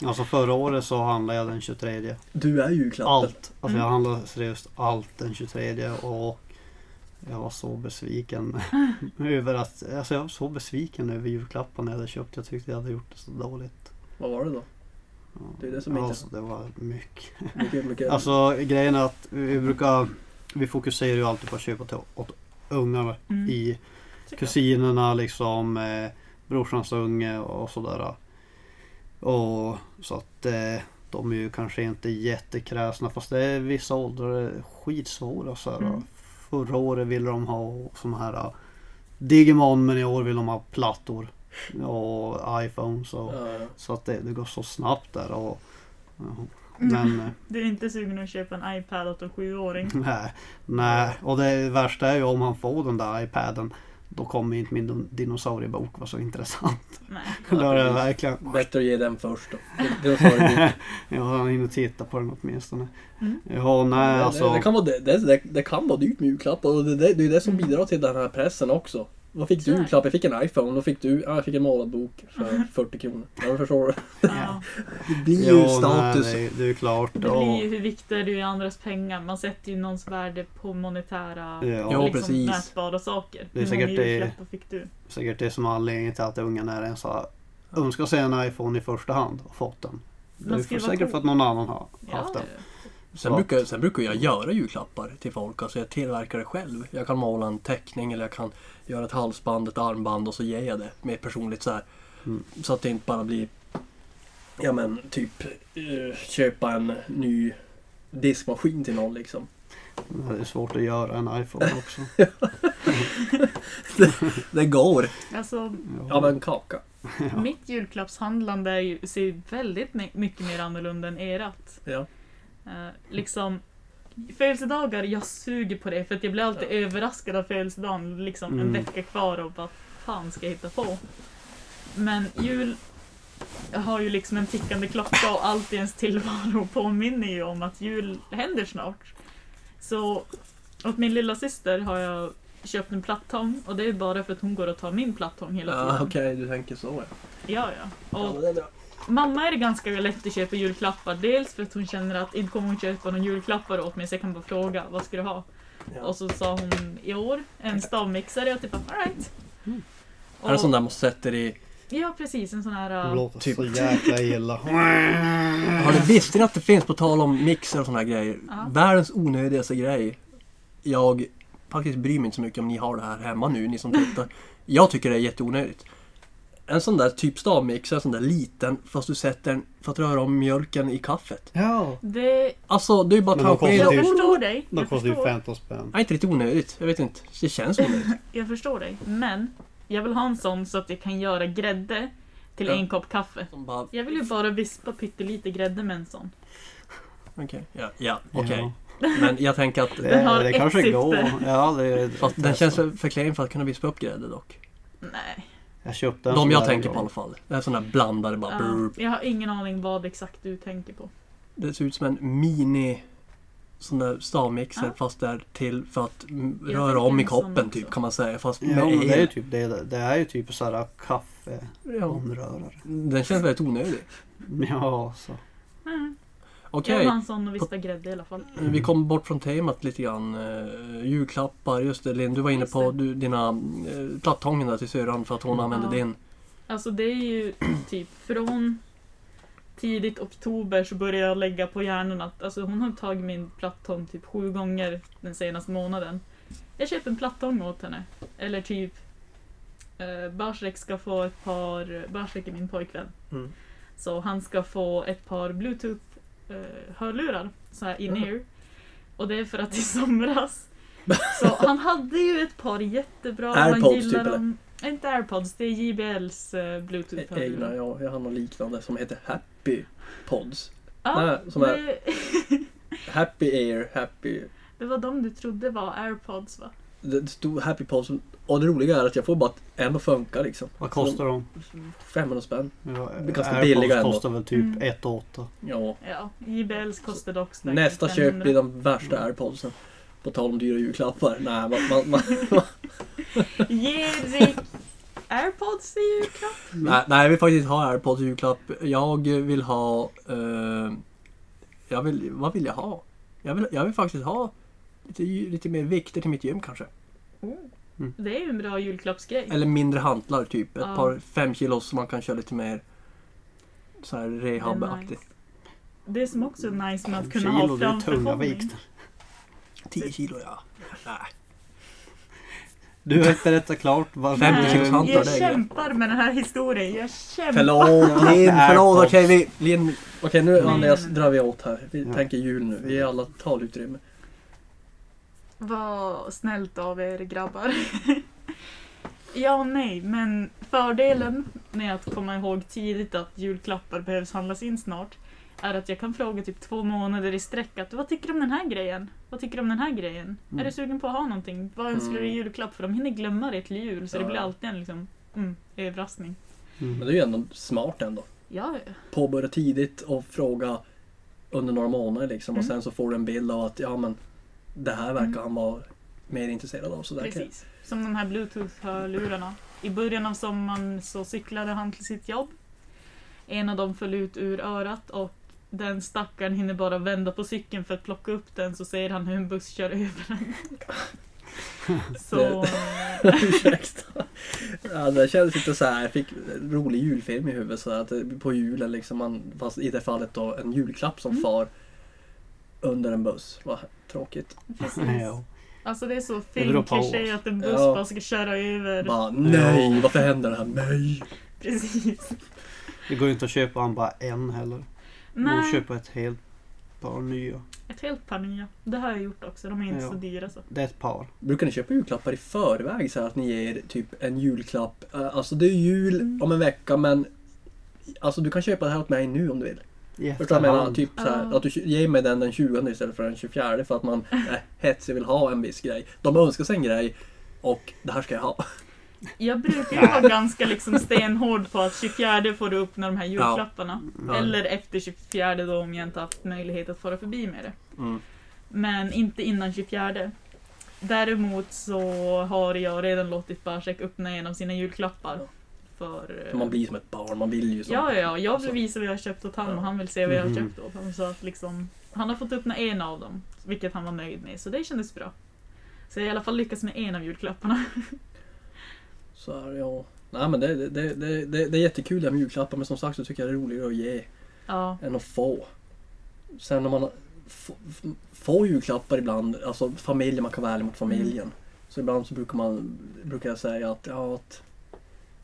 alltså förra året så handlade jag den 23. Du är ju klappen. Allt. Alltså Mm. jag handlade seriöst allt den 23 och jag var så besviken över att, alltså jag var så besviken över julklapparna jag hade köpt. Jag tyckte jag hade gjort det så dåligt. Vad var det då? Ja. Det är det som Ja, inte- alltså, det var mycket. Mycket, mycket. Alltså grejen är att vi brukar, vi fokuserar ju alltid på att köpa till, åt ungarna Mm. i Såklart. kusinerna liksom, eh, brorsans unge och sådär. Och så att eh, de är ju kanske inte jättekräsna fast det är vissa åldrar är skitsvåra. Så här. Mm. Förra året ville de ha såna här eh, Digimon men i år vill de ha plattor och iPhones. Och, Ja, ja. Så att det, det går så snabbt där. Och, ja. Mm. men eh, Du är inte sugen att köpa en iPad åt en sjuåring? Nej, nej. Och det värsta är ju om han får den där iPaden. Då kommer inte min dinosauriebok vara så intressant. Nej. Då är det precis. verkligen... Bättre att ge den först då. Det, det, var svaret. Det- ja, han hinner titta på den åtminstone. Mm. Ja, nej det, alltså. det, kan vara, det, det, det kan vara dyrt med julklappar och det, det, det är det som Mm. bidrar till den här pressen också. Vad fick du i Nej. julklapp? Jag fick en iPhone, då fick du, ja, jag fick en målad bok för 40 kronor. Ja, men förstår du? Ja. Det blir ju Ja, nej, status. det, är- det är ju klart. Det blir ju hur viktig är du i andras pengar. Man sätter ju någons värde på monetära liksom Och, ja, Ja, precis. mätbara saker. Det är säkert Hur många det- julklappar fick du? Säkert det som är anledningen till att ungarna ens har önskat sig en iPhone i första hand och fått den. Det Man är ska ju för vara säkert cool. för att någon annan har Ja, haft den. Sen brukar, sen brukar jag göra julklappar till folk. Alltså jag tillverkar det själv. Jag kan måla en teckning eller jag kan göra ett halsband, ett armband och så ger jag det med personligt så här. Mm. Så att det inte bara blir... Ja men typ eh, köpa en ny diskmaskin till någon liksom. Men Det är svårt att göra en iPhone också. Det går! alltså, Av en kaka. Mitt julklappshandlande är ju, ser ju väldigt my- mycket mer annorlunda än erat. Ja. Eh, liksom, födelsedagar, jag suger på det för att jag blir alltid Ja. överraskad av födelsedagen liksom en Mm. vecka kvar och vad fan ska jag hitta på? Men jul har ju liksom en tickande klocka och allt i ens tillvaro påminner ju om att jul händer snart. Så åt min lilla syster har jag köpt en plattång och det är bara för att hon går och tar min plattång hela Ah, tiden. Ja, Okej, du tänker så ja. Ja, ja. ja Och men det är bra. Mamma är det ganska lätt att köpa julklappar. Dels för att hon känner att inte kommer hon köpa några julklappar åt mig så jag kan bara fråga vad ska du ha? Ja. Och så sa hon i år en stavmixare och jag typ alright. Mm. Är det sån där man sätter i... Ja precis, en sån här... Det Uh, låter Typ. så jäkla illa. Har du, visste ni att det finns, på tal om mixer och såna här grejer, Ja. världens onödigaste grej. Jag faktiskt bryr mig inte så mycket om ni har det här hemma nu, ni som tittar. Jag tycker det är jätteonödigt. En sån där typ stavmixer, en sån där liten, fast du sätter den för att röra om mjölken i kaffet. Ja. det, Alltså, det är ju bara Men de att tanka in... jag dyrt. förstår dig. De Jag kostar ju förstår, 15 spänn. Nej, inte riktigt onödigt. Jag vet inte. Det känns onödigt. jag förstår dig. Men jag vill ha en sån så att jag kan göra grädde till Ja. en kopp kaffe. Som bara, Jag vill ju bara vispa pyttelite grädde med en sån. okej, ja, ja, okej. Ja. Men jag tänker att... Det, Den har det ett kanske syfte. går. Ja, det, Fast det- den känns för för klen för att kunna vispa upp grädde dock. Nej. Jag köpte en sån De jag där tänker en på i alla gång. fall. Det är såna här blandade bara... Ja, jag har ingen aning vad exakt du tänker på. Det ser ut som en mini sån där stavmixer Ja. fast där till för att mm, Jag röra tänker om i en sån koppen typ också. kan man säga fast med Ja, men det är ju el. typ, det, är- det är ju typ så här kaffeomrörare. Ja, den känns väldigt onödig. Ja, så. Mm. Jag Okej, vill ha en sån och vispa grädde i alla fall. vi kom bort från temat lite grann. Eh, julklappar, just det Linn, du var inne Just på det. du, dina uh, plattången där till syrran för att hon använde Ja. din. Alltså det är ju typ från tidigt oktober så börjar jag lägga på hjärnan att alltså hon har tagit min plattång typ sju gånger den senaste månaden. Jag köper en plattång åt henne. Eller typ eh, Barsek ska få ett par, Barsek är min pojkvän. Mm. Så han ska få ett par bluetooth eh, hörlurar, så här in-ear. Och det är för att i somras, så han hade ju ett par jättebra, man Airpods gillar typ, eller? dem. Inte airpods, det är JBLs eh, Egna, bluetooth-hörlurar. ja, jag har något liknande som heter Happy Pods. Ja, Nej, som är- det, Happy Air, Happy... det var de du trodde var airpods va? Det stod Happy Pods. Och det roliga är att jag får bara en att funka liksom. Vad kostar de? 500 spänn. Ja, Det är ganska AirPods billiga ändå. kostar väl Mm. typ 1 8 Ja. Ja, JBLs kostar dock strax Nästa köp 500. blir de värsta airpodsen. På tal om dyra julklappar. Nej, man, man, man, Ge Rick airpods i julklapp. Nej, nej, jag vill faktiskt ha airpods i julklapp. Jag vill ha... Eh, jag vill, vad vill jag ha? Jag vill, jag vill faktiskt ha lite, ju- lite mer vikter till mitt gym kanske. Det är ju en bra julklappsgrej. Eller mindre hantlar typ. Ett Ja. par fem kilos som man kan köra lite mer så här Det är rehabaktigt. nice. Det som också är nice med att kunna kilo, ha det är tunga framförhållning. vikt. 10 kilo ja. Nej. Du har inte berättat klart varför 50 kilos du... hand. Jag det är kämpar med den här historien. Jag kämpar. Förlåt! Linn, förlåt Airpods. okej vi... Linn. Okej, nu Nej, Andreas nej, nej. drar vi åt här. Vi Ja. tänker jul nu. Vi är alla talutrymme. Vad snällt av er grabbar. ja och nej, men fördelen med att komma ihåg tidigt att julklappar behövs handlas in snart är att jag kan fråga typ två månader i sträck att vad tycker du om den här grejen? Vad tycker du om den här grejen? Är du sugen på att ha någonting? Vad önskar du i Mm. julklapp? För de hinner glömma det till jul så det Ja, blir ja. alltid en liksom, mm, överraskning. Men det är ju ändå smart ändå. Ja, Påbörja tidigt och fråga under några månader liksom. Och Mm. sen så får du en bild av att ja men det här verkar han vara mer intresserad av. Så där kan... Precis. Som de här bluetooth-hörlurarna. I början av sommaren så cyklade han till sitt jobb. En av dem föll ut ur örat och den stackaren hinner bara vända på cykeln för att plocka upp den så ser han hur en buss kör över den. Så... Ursäkta. Ja, det känns lite så här. Jag fick en rolig julfilm i huvudet. Så här, att det- på julen liksom. Man, fast i det fallet då en julklapp som Mm. far under en buss. Vad tråkigt. Precis. Ja. Alltså det är så Det beror på. filmkliché att en buss Ja. bara ska köra över. Bara nej, varför händer det här? Nej! Precis. Det går ju inte att köpa an bara en heller. Du måste Nej, köpa ett helt par nya. ett helt par nya. Det har jag gjort också. De är inte Ja. så dyra så. Det är ett par. Brukar ni köpa julklappar i förväg? Så här att ni ger typ en julklapp. eh, Alltså det är jul om en vecka men Alltså du kan köpa det här åt mig nu om du vill. I Förstår du vad jag menar? efterhand. Typ så här, Ja. att du kö- ger mig den den 20 istället för den 24 för att man är hetsig vill ha en viss grej. De önskar sig en grej och det här ska jag ha. Jag brukar ju vara ganska liksom stenhård på att 24 får du öppna de här julklapparna. Ja. Eller efter 24 då om jag inte haft möjlighet att fara förbi med det. Mm. Men inte innan 24. Däremot så har jag redan låtit Barsek öppna en av sina julklappar. För... eh, Man blir som ett barn, man vill ju så. Ja, ja, jag vill Så. visa vad jag har köpt åt honom och han vill se vad jag har Mhm. köpt åt honom. Så att liksom, han har fått öppna en av dem, vilket han var nöjd med. Så det kändes bra. Så jag har i alla fall lyckats med en av julklapparna. Så här, ja. Nej men det, det, det, det, det, det är jättekul det här med julklappar men som sagt så tycker jag det är roligare att ge. Ja. än att få. Sen när man f- f- får julklappar ibland, alltså familjen, man kan vara ärlig mot familjen. Så ibland så brukar, man, brukar jag säga att, ja, att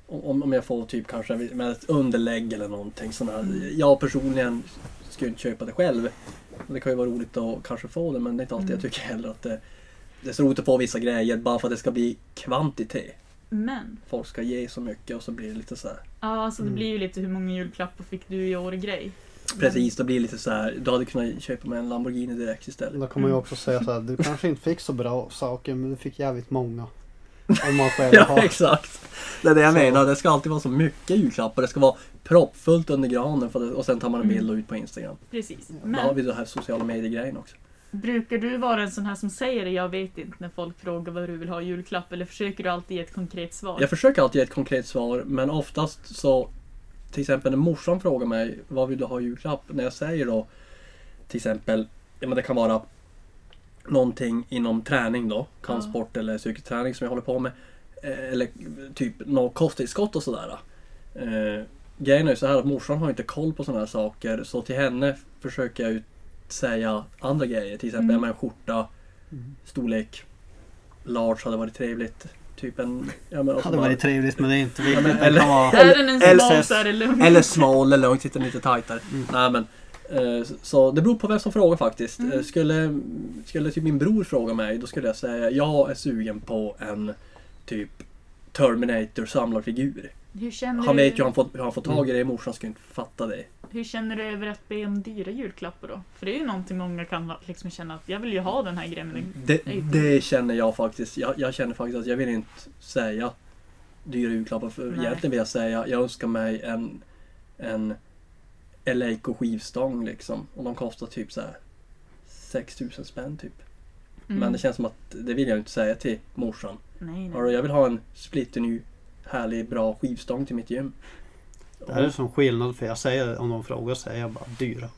om, om jag får typ kanske med ett underlägg eller någonting sånt här. Jag personligen skulle inte köpa det själv. Men Det kan ju vara roligt att kanske få det men det är inte alltid Mm. jag tycker heller att det, det är så roligt att få vissa grejer bara för att det ska bli kvantitet. Men Folk ska ge så mycket och så blir det lite så här. Ja, alltså det Mm. blir ju lite hur många julklappar fick du i år grej. Precis, då blir det lite så här. Du hade kunnat köpa mig en Lamborghini direkt istället. Då kan man ju också säga så här, du kanske inte fick så bra saker men du fick jävligt många. Om man själv Ja, har. exakt. Det är det jag Så. menar. Det ska alltid vara så mycket julklappar. Det ska vara proppfullt under granen för att, och sen tar man en bild och ut på Instagram. Precis. Då har Men vi det här sociala medier-grejen också. brukar du vara en sån här som säger jag vet inte när folk frågar vad du vill ha i julklapp eller försöker du alltid ge ett konkret svar? Jag försöker alltid ge ett konkret svar, men oftast så... Till exempel när morsan frågar mig vad vill du ha i julklapp? När jag säger då till exempel, ja men det kan vara någonting inom träning då, kampsport eller psykisk träning som jag håller på med. Eh, Eller typ något kosttillskott och sådär. Eh, grejen är ju så här att morsan har inte koll på sådana här saker så till henne försöker jag ju säga andra grejer. Till exempel Mm. ja, men en skjorta, storlek, large hade varit trevligt. Typ en... Ja, men, och så Det hade bara- varit trevligt men det är inte Ja, viktigt. men, Det kan eller, vara är den en small LSS. så är det lugnt. Eller small eller långt, sitter lite tajtare. nej men Eh, Så det beror på vem som frågar faktiskt. Mm. Eh, Skulle, skulle typ min bror fråga mig, då skulle jag säga jag är sugen på en typ Terminator samlarfigur. Hur känner, Han du, vet ju hur han får, hur han får tag i det, morsan skulle inte fatta det. hur känner du över att be om dyra julklappar då? För det är ju någonting många kan liksom känna att jag vill ju ha den här grejen. men Det, det känner jag faktiskt. Jag, jag känner faktiskt att jag vill inte säga dyra julklappar. För Nej. egentligen vill jag säga, jag önskar mig en, en Eleiko skivstång liksom. Och de kostar typ så här 6000 spänn typ. Mm. Men det känns som att det vill jag inte säga till morsan. Nej, nej. Hörru, jag vill ha en splitterny härlig bra skivstång till mitt gym. Det här är som skillnad för jag säger om de frågar säger jag bara dyra.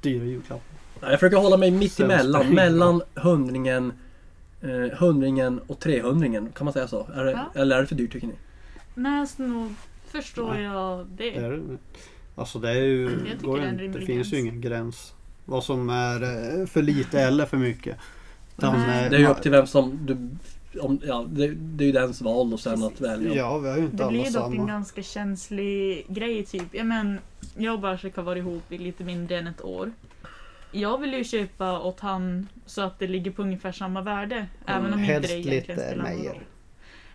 Dyra julklappar. Ja, Jag försöker hålla mig mitt Sämst emellan, skillnad. mellan hundringen, eh, hundringen och trehundringen. Kan man säga så? Är det, Ja. Eller är det för dyrt tycker ni? Nej, så nog förstår Nej. jag det. Det är, det. alltså det är ju... tycker Går det är det, en inte, det rimlig finns ju gräns. ingen gräns. Vad som är eh, för lite eller för mycket. Utan, Nej. eh, Det är ju man- upp till vem som du... Om, ja, det, det är ju dens val och sen att Precis. välja. Ja, vi har ju inte Det blir alla ju dock en samma. ganska känslig grej typ. Ja, men, jag och Barsak har varit ihop i lite mindre än ett år. Jag vill ju köpa åt han så att det ligger på ungefär samma värde. även om inte Mm, helst det egentligen lite spelar någon mer. roll.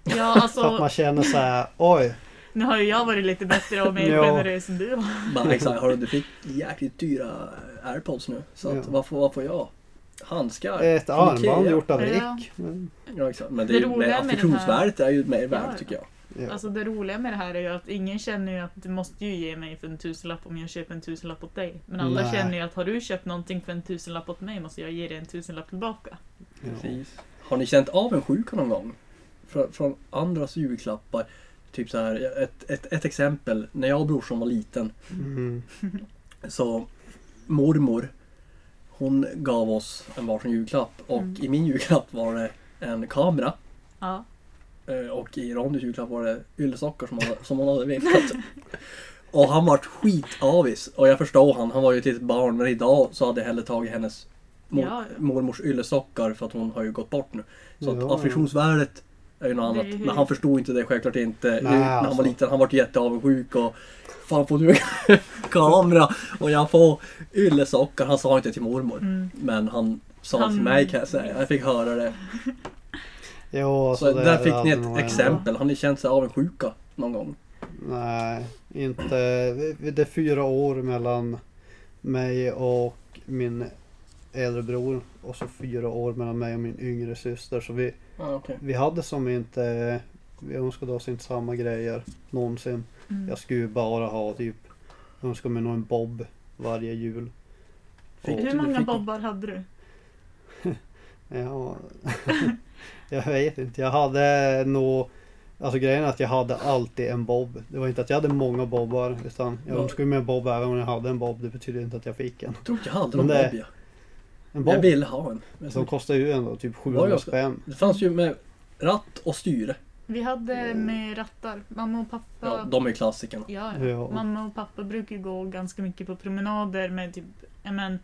Ja, Så att alltså man känner så här, oj, nu har ju jag varit lite bättre och mer Ja. generös än du var. Bara, exakt, hörru, du fick jäkligt dyra airpods nu. Så att, Ja. vad, får, vad får jag? Handskar? ett från armband Ikea. gjort av Ja. Rick. Men, Ja, exakt. Men det, Det är ju, roliga med med den här- affektionsvärdet är ju mer värt Ja, ja. tycker jag. ja. Alltså det roliga med det här är ju att ingen känner ju att du måste ju ge mig för en tusenlapp om jag köper en tusenlapp åt dig. Men alla Nej. känner ju att har du köpt någonting för en tusenlapp åt mig måste jag ge dig en tusenlapp tillbaka. ja. Precis. Har ni känt av en sjuka någon gång? Från, från andras julklappar? Typ så här, ett, ett, ett exempel. När jag och brorsan var liten Mm. så mormor hon gav oss en varsin julklapp och Mm. i min julklapp var det en kamera Ja. eh, och i Rondys julklapp var det yllesockor som, hon- som hon hade velat. Och han vart skitavis och jag förstår han, han var ju ett litet barn men idag så hade jag hellre tagit hennes mor, Ja, ja. mormors yllesockar för att hon har ju gått bort nu. Så Ja, att ja. affektionsvärdet är ju något Det är annat. ju- Men han förstod inte det självklart inte Nej, när han alltså. var liten. Han vart jätteavundsjuk och Fan får du en kamera och jag får yllesockar. Han sa inte till mormor. Mm. Men han sa Han- till mig kan jag säga. Jag fick höra det. Jo, Så det där är fick ni aldrig ett någon- exempel. Har ni känt sig avundsjuka någon gång? Nej, inte. Det är fyra år mellan mig och min äldre bror och så fyra år mellan mig och min yngre syster. Så vi, Ja, okej. vi hade som inte, vi önskade oss inte samma grejer någonsin. Mm. Jag skulle ju bara ha typ, jag önskade mig nog en bob varje jul. Fick Hur typ, du- många fick- bobbar hade du? Ja, jag vet inte. Jag hade nog... Alltså grejen är att jag hade alltid en bob. Det var inte att jag hade många bobbar utan jag Ja. önskade mig en bob även om jag hade en bob. Det betyder inte att jag fick en. Jag tror jag hade någon Men det- bob ja. En Jag bob ville ha en. Men som så- kostar ju ändå typ Var 700 jag så? spänn. Det fanns ju med ratt och styre. Vi hade med rattar. Mamma och pappa. Eh. Ja, de är klassikerna. Ja, ja. Ja. Mamma och pappa brukar ju gå ganska mycket på promenader med typ, ja men,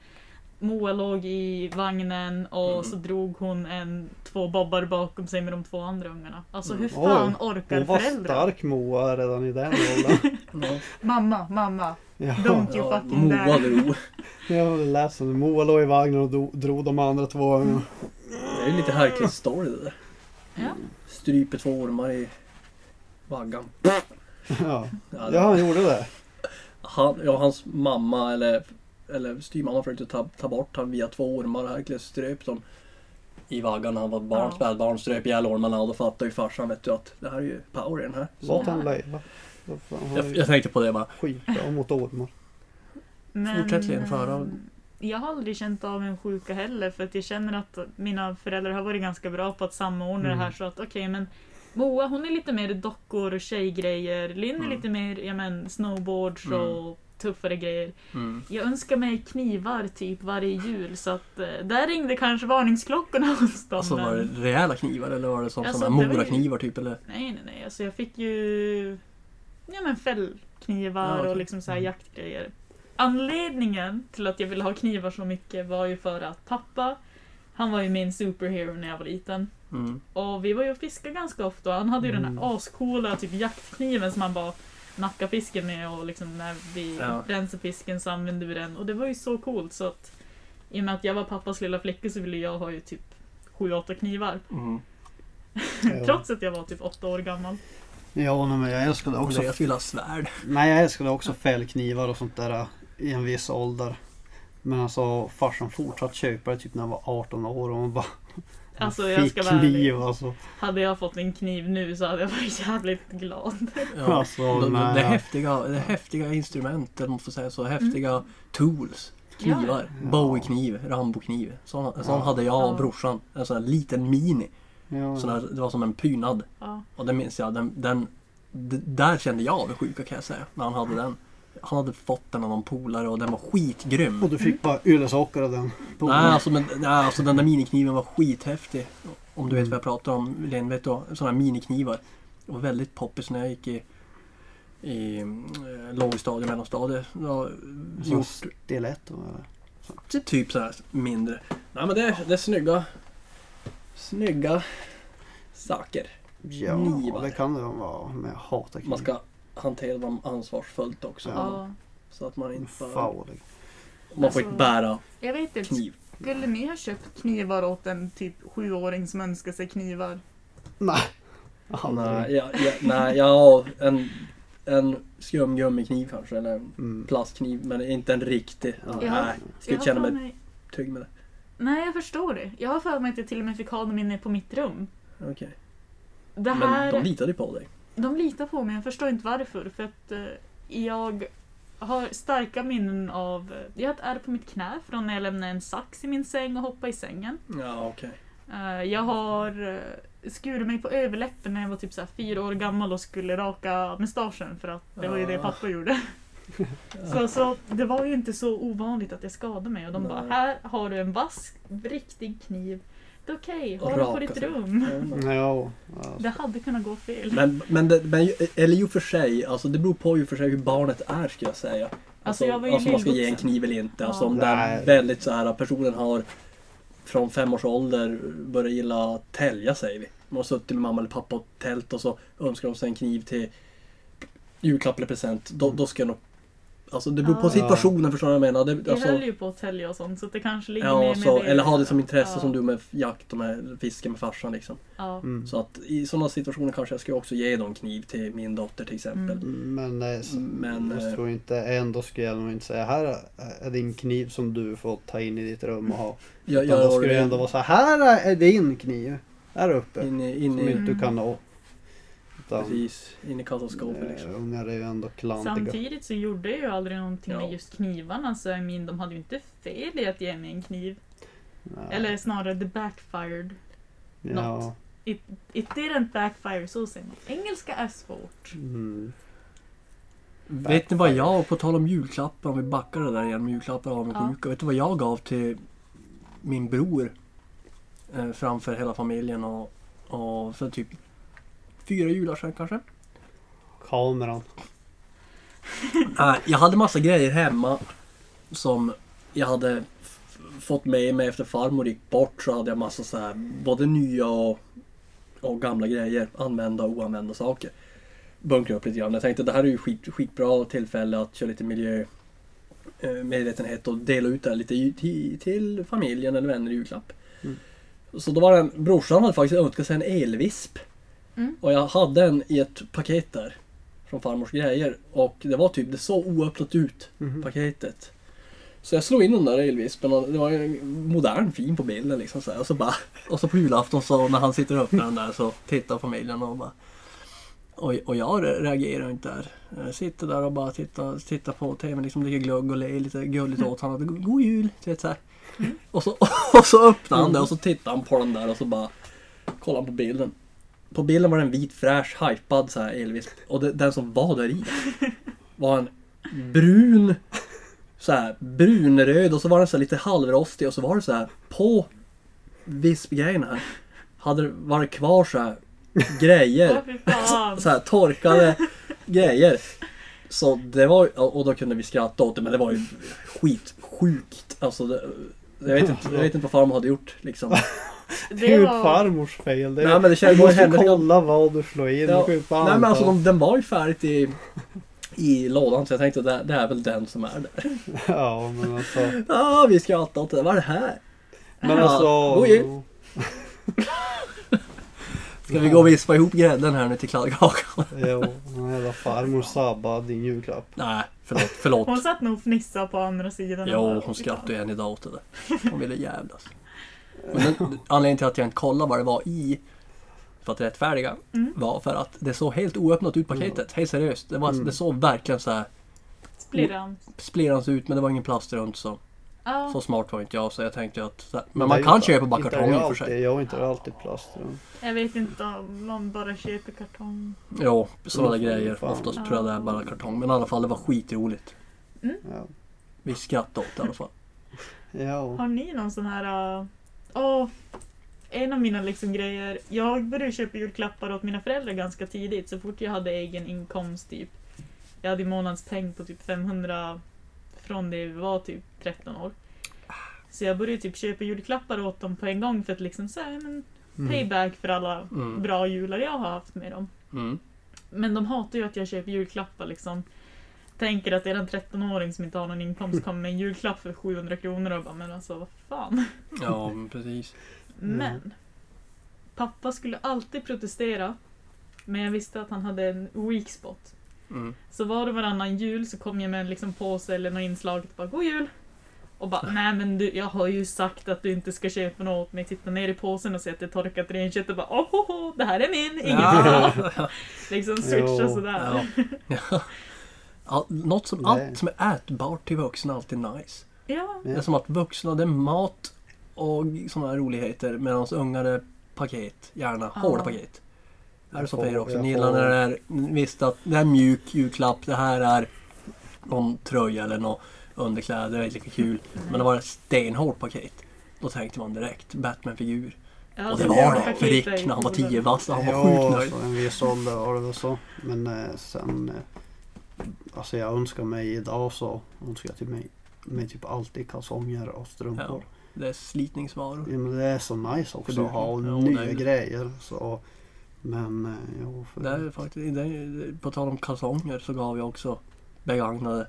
Moa låg i vagnen och Mm. så drog hon en, två bobbar bakom sig med de två andra ungarna. Alltså hur Mm. fan orkar Hon var föräldrar? stark Moa redan i den åldern. Ja, Mamma, mamma. Ja, De- Thank you ja, fucking Moa damn. drog. ja, det lät som det. Moa låg i vagnen och do- drog de andra två. Mm. Det är ju lite härklig story det där. Ja. Stryper två ormar i vaggan. Ja. Ja, det- ja, han gjorde det. Han, ja, hans mamma eller, eller styvmamma försökte ta, ta bort honom via två ormar. Herkules ströp dem i vaggan när han var barn, Ja. spädbarn. Ströp ihjäl ormarna och då fattade ju farsan vet du, att det här är ju power i den här. Låt han leva. Vad fan, Han Jag, var ju jag tänkte på det bara. skitbra mot ormar. Men, Fortsätt, Lena, få höra. eh, Jag har aldrig känt av en sjuka heller för att jag känner att mina föräldrar har varit ganska bra på att samordna det här Mm. så att okej men Moa hon är lite mer dockor och tjejgrejer. Linn är Mm. lite mer ja, men, snowboards Mm. och tuffare grejer. Mm. Jag önskar mig knivar typ varje jul så att eh, där ringde kanske varningsklockorna hos dem. Alltså men- var det rejäla knivar eller var det som Mm. Alltså, sådana det var ju- moraknivar typ eller? Nej nej nej, alltså jag fick ju ja, men fällknivar Ja, okej. och liksom så här jaktgrejer. Anledningen till att jag ville ha knivar så mycket var ju för att pappa, han var ju min superhero när jag var liten. Mm. Och vi var ju och fiskade ganska ofta och han hade ju den Mm. här ascoola typ jaktkniven som han bara nacka fisken med och liksom när vi Ja. rensade fisken så använde vi den och det var ju så coolt så att i och med att jag var pappas lilla flicka så ville jag ha ju typ sju, åtta knivar. Mm. Trots att jag var typ åtta år gammal. Ja, nej, men jag älskade också Andreas vill ha svärd. Nej, jag älskade också fällknivar och sånt där äh, i en viss ålder. Men alltså farsan fortsatte köpa det typ när jag var 18 år och man bara Alltså fick jag ska vara ärlig. kniv alltså. Hade jag fått en kniv nu så hade jag varit jävligt glad. Ja. alltså De, de, nej, det, är häftiga, det är häftiga instrument, eller man får säga så. Häftiga tools. Knivar. Ja. Bowie-kniv, Rambo-kniv. Sån, sån Ja. Mm. hade jag och Ja. brorsan. En sån här liten mini. ja, Sån här, det var som en prydnad. Ja. Och den minns jag, den, den, d- där kände jag det sjuka kan jag säga, när han hade den. Han hade fått den av någon polare och den var skitgrym. Och du fick bara yllesocker av den. På- Nej alltså, men, nej, alltså den där minikniven var skithäftig. Om du vet vad jag pratar om, Len vet då, sådana här miniknivar. Det var väldigt poppis när jag gick i, i eh, lågstadiet, mellanstadiet. Det var Som gjort stiletto eller? det är typ så här mindre. Nej men det är, det är snygga, snygga saker. Ja, Knivar. det kan det vara. Men jag hatar knivar. Man ska hantera dem ansvarsfullt också. Ja. Ja. Så att man inte... Faulig. Man får inte Alltså- bära Jag vet inte, kniv. skulle ni ha köpt knivar åt en typ sjuåring som önskar sig knivar? Nej. Aldrig. Nej, jag, jag, nej, jag har en, en skum gummikniv kanske, eller en Mm. plastkniv, men inte en riktig. Ja. Nej, skulle Jag inte har känna för mig mig... trygg med det. Nej, jag förstår det. Jag har för mig att jag till och med fick ha dem inne på mitt rum. Okej. Det Men här... de De, litade ju på dig. litar på mig, jag förstår inte varför. För att eh, jag har starka minnen av... eh, Jag har ett ärr på mitt knä från när jag lämnade en sax i min säng och hoppade i sängen. Ja, okej. Eh, jag har eh, skurit mig på överläppen när jag var typ så här fyra år gammal och skulle raka mustaschen för att det var ju det Ah. pappa gjorde. Så, så det var ju inte så ovanligt att jag skadade mig och de Nej. bara här har du en vass riktig kniv. Det är okej, Och ha den på raka ditt sig. Mm. rum. Ja, alltså. Det hade kunnat gå fel. Men, men, det, men ju- eller ju för sig, alltså det beror på ju för sig hur barnet är skulle jag säga. Alltså, Alltså, jag var ju alltså man ska ge en nyvuxen. kniv eller inte. Ja. Alltså om den Nej. väldigt så här personen har från fem års ålder börjat gilla att tälja säger vi. Man har suttit med mamma eller pappa och tält och så önskar de sig en kniv till julklapp eller present. Då, då ska jag nog... Alltså det beror på Ja. situationen förstår du vad jag menar. Vi Det, alltså, höll ju på att tälja och sånt så det kanske ligger mer ja, med så, det. eller ha det som intresse Ja. som du med jakt och med fiske med farsan liksom. Ja. Mm. Så att i sådana situationer kanske jag skulle också ge dem kniv till min dotter till exempel. Mm. Men, eh, så, Men, eh, jag tror inte, ändå skulle jag nog inte säga här är din kniv som du får ta in i ditt rum och ha. Jag, Utan jag då skulle det har ändå vara så här, här är din kniv. Här uppe. in i, som in i, inte du kan nå. Utan, precis, in i kassaskåpet eh, liksom. ungar är ju ändå klantiga. Samtidigt så gjorde jag ju aldrig någonting Ja. med just knivarna så jag mean, de hade ju inte fel i att ge mig en kniv. Ja. Eller snarare the backfired. ja. något. It didn't backfire, så säger man. Engelska är svårt. Mm. Vet ni vad jag, på tal om julklappar, om vi backar det där igen med julklappar och avundsjuka. Vet ni vad jag gav till min bror? Eh, framför hela familjen och, och för typ fyra jular sedan kanske? Kameran. Nej, Eh, jag hade massa grejer hemma som jag hade f- fått med mig efter farmor gick bort så hade jag massa så här, både nya och, och gamla grejer, använda och oanvända saker. Bunkra upp lite grann. Jag tänkte det här är ju skit, skitbra tillfälle att köra lite miljö eh, medvetenhet och dela ut det här lite ju- till, till familjen eller vänner i julklapp. Mm. Så då var det en, brorsan hade faktiskt önskat sig en elvisp. Mm. Och jag hade en i ett paket där från farmors grejer och det var typ, det såg oöppnat ut Mhm. paketet. Så jag slog in den där elvispen och det var ju en modern fin på bilden liksom så här. Och så bara, och så på julafton så när han sitter och öppnar den där så tittar familjen och bara och, och jag re- reagerar inte där. Jag sitter där och bara tittar, tittar på TVn, liksom dricker glögg och ler lite gulligt åt honom. God god jul! Du vet så här. Och, så, och så öppnar han det och så tittar han på den där och så bara kollar han på bilden. På bilden var det en vit fräsch, hypad så här Elvis. Och det, den som var där i var en brun, så här brunröd och så var den så här lite halvrostig och så var det så här på vispgrejen här hade det varit kvar så här grejer Åh fy fan. så här torkade grejer. Så det var och då kunde vi skratta åt det men det var ju skitsjukt. Alltså det, Jag vet inte, jag vet inte vad farmor hade gjort liksom. Det är ju farmors fel. Det Nej är, men det du känns måste hennes... kolla vad du slår in. Ja. Du kan ju inte Nej men anta. alltså de, den var ju färdigt i, i lådan så jag tänkte det, det är väl den som är där. Ja men alltså. Ah, vi ska alltid åt det. Vad är det här? Men Ja. alltså. Oj. Ska vi gå och vispa ihop grädden här nu till kladdkakan? Jo, den här jävla farmor sabbar din julklapp. Nej, förlåt, Hon förlåt. satt nog och fnissade på andra sidan. Jo, hon skrattade ju än idag åt det där. Hon ville jävlas. Men den, anledningen till att jag inte kollade vad det var i för att rättfärdiga Mm. var för att det såg helt oöppnat ut paketet. Helt seriöst. Det, var, Mm. det såg verkligen så här Splirran. splirrans ut men det var ingen plast runt så. Ja. Så smart var inte jag så jag tänkte att... Så här, men Nej, man kan inte- köpa bara inte kartong i och för alltid. sig. Jag inte det alltid plast. runt. Jag vet inte om man bara köper kartong. Jo, sådana Mm, grejer. fan. Oftast tror jag det är bara kartong. Men i alla fall det var skitroligt. Ja. Vi skrattade åt det i alla fall. Ja. Har ni någon sån här... äh, Åh, en av mina liksom grejer. Jag började köpa julklappar åt mina föräldrar ganska tidigt. Så fort jag hade egen inkomst typ. Jag hade månadspeng på typ 500 från det vi var typ 13 år. Så jag började typ köpa julklappar åt dem på en gång för att liksom så här, ja, men Mm. payback för alla Mm. bra jular jag har haft med dem. Mm. Men de hatar ju att jag köper julklappar liksom. Tänker att det är en 13-åring som inte har någon inkomst kommer med en julklapp för 700 kronor och bara men alltså vad fan. Ja, men precis. Men. Pappa skulle alltid protestera. Men jag visste att han hade en weak spot. Mm. Så var det varannan jul så kom jag med en liksom påse eller något inslaget bara god jul. Och bara nej men du jag har ju sagt att du inte ska köpa något åt mig. Titta ner i påsen och se att det är torkat renkött och bara åh oh, oh, det här är min, ingen bra. Liksom switcha Jo, sådär. Ja. Ja, något som, Nej. allt som är ätbart till vuxna är alltid nice. Ja, Ja. Det är som att vuxna, det är mat och sådana här roligheter medan ungar är paket, gärna Ja. hårda paket. Är det så för er också? Jag Ni får- gillar när det är, visst att det är mjuk julklapp, det här är någon tröja eller något underkläder, det är lika kul. Men det var ett stenhårt paket. Då tänkte man direkt Batman-figur. Ja, Och det var det! paketet För Rick Alltså, är ju när han var goda. 10 bast, han var Ja, sjukt nöjd. alltså, en viss ålder var det väl så. Men eh, sen... Eh, alltså jag önskar mig idag så önskar jag till mig, mig typ alltid kalsonger och Ja, strumpor. det är slitningsvaror. Ja. men det är så nice också För du- att ha ja, nya det är ju- grejer. Så, men eh, jo, för, Det är faktiskt, det är, på tal om kalsonger så gav jag också begagnade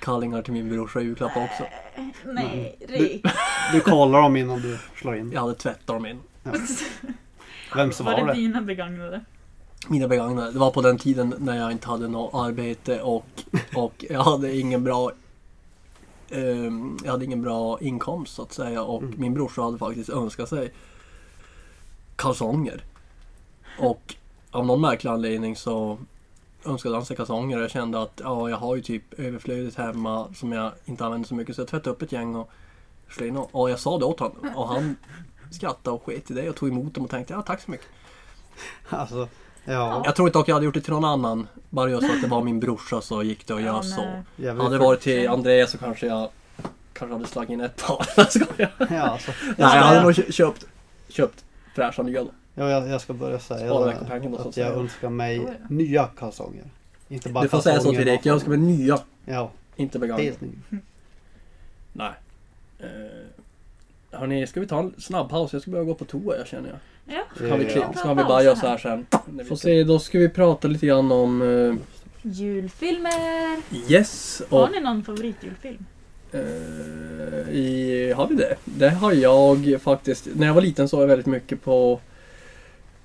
kallingar till min brorsa i julklapp också. Eh, Mm. Nej, Du- Rick. du kollar dem innan du slår in. Jag hade tvättat dem in. Vem som Var var det det? dina begagnade? Mina begagnade. Det var på den tiden när jag inte hade något arbete och, och jag hade ingen bra ehm, jag hade ingen bra inkomst så att säga och Mm. min brorsa hade faktiskt önskat sig kalsonger. Och av någon märklig anledning så önskade han sig kalsonger och jag kände att ja, jag har ju typ överflödet hemma som jag inte använder så mycket så jag tvättade upp ett gäng och slog in och, och jag sa det åt honom och han skrattade och sket i det och tog emot dem och tänkte ja tack så mycket. Alltså, ja. Jag tror inte dock jag hade gjort det till någon annan. Bara just att det var min brorsa så gick det att göra Ja, så. nej. Jag vill, Hade det varit till Andreas så kanske jag kanske hade slagit in ett par. Jag skojar. ja, alltså, Nej, jag hade nog kö- köpt, köpt fräscha nya då. ja, jag, jag ska börja säga Spara det, veckopengen då, så att att jag säga. önskar mig Oh, ja. nya kalsonger. Inte bara Du får säga så till kalsonger. Erik. Jag önskar mig nya, Ja, inte begagnade. helt ny. Nej. Uh, hörni, ska vi ta en snabb paus? Jag ska börja gå på toa jag känner jag. Ja. Kan vi, Ja. klipp, kan vi bara göra så här sen? Får se, då ska vi prata lite grann om eh, Julfilmer! Yes och Har ni någon favoritjulfilm? Eh, i, har vi det? Det har jag faktiskt. När jag var liten såg jag väldigt mycket på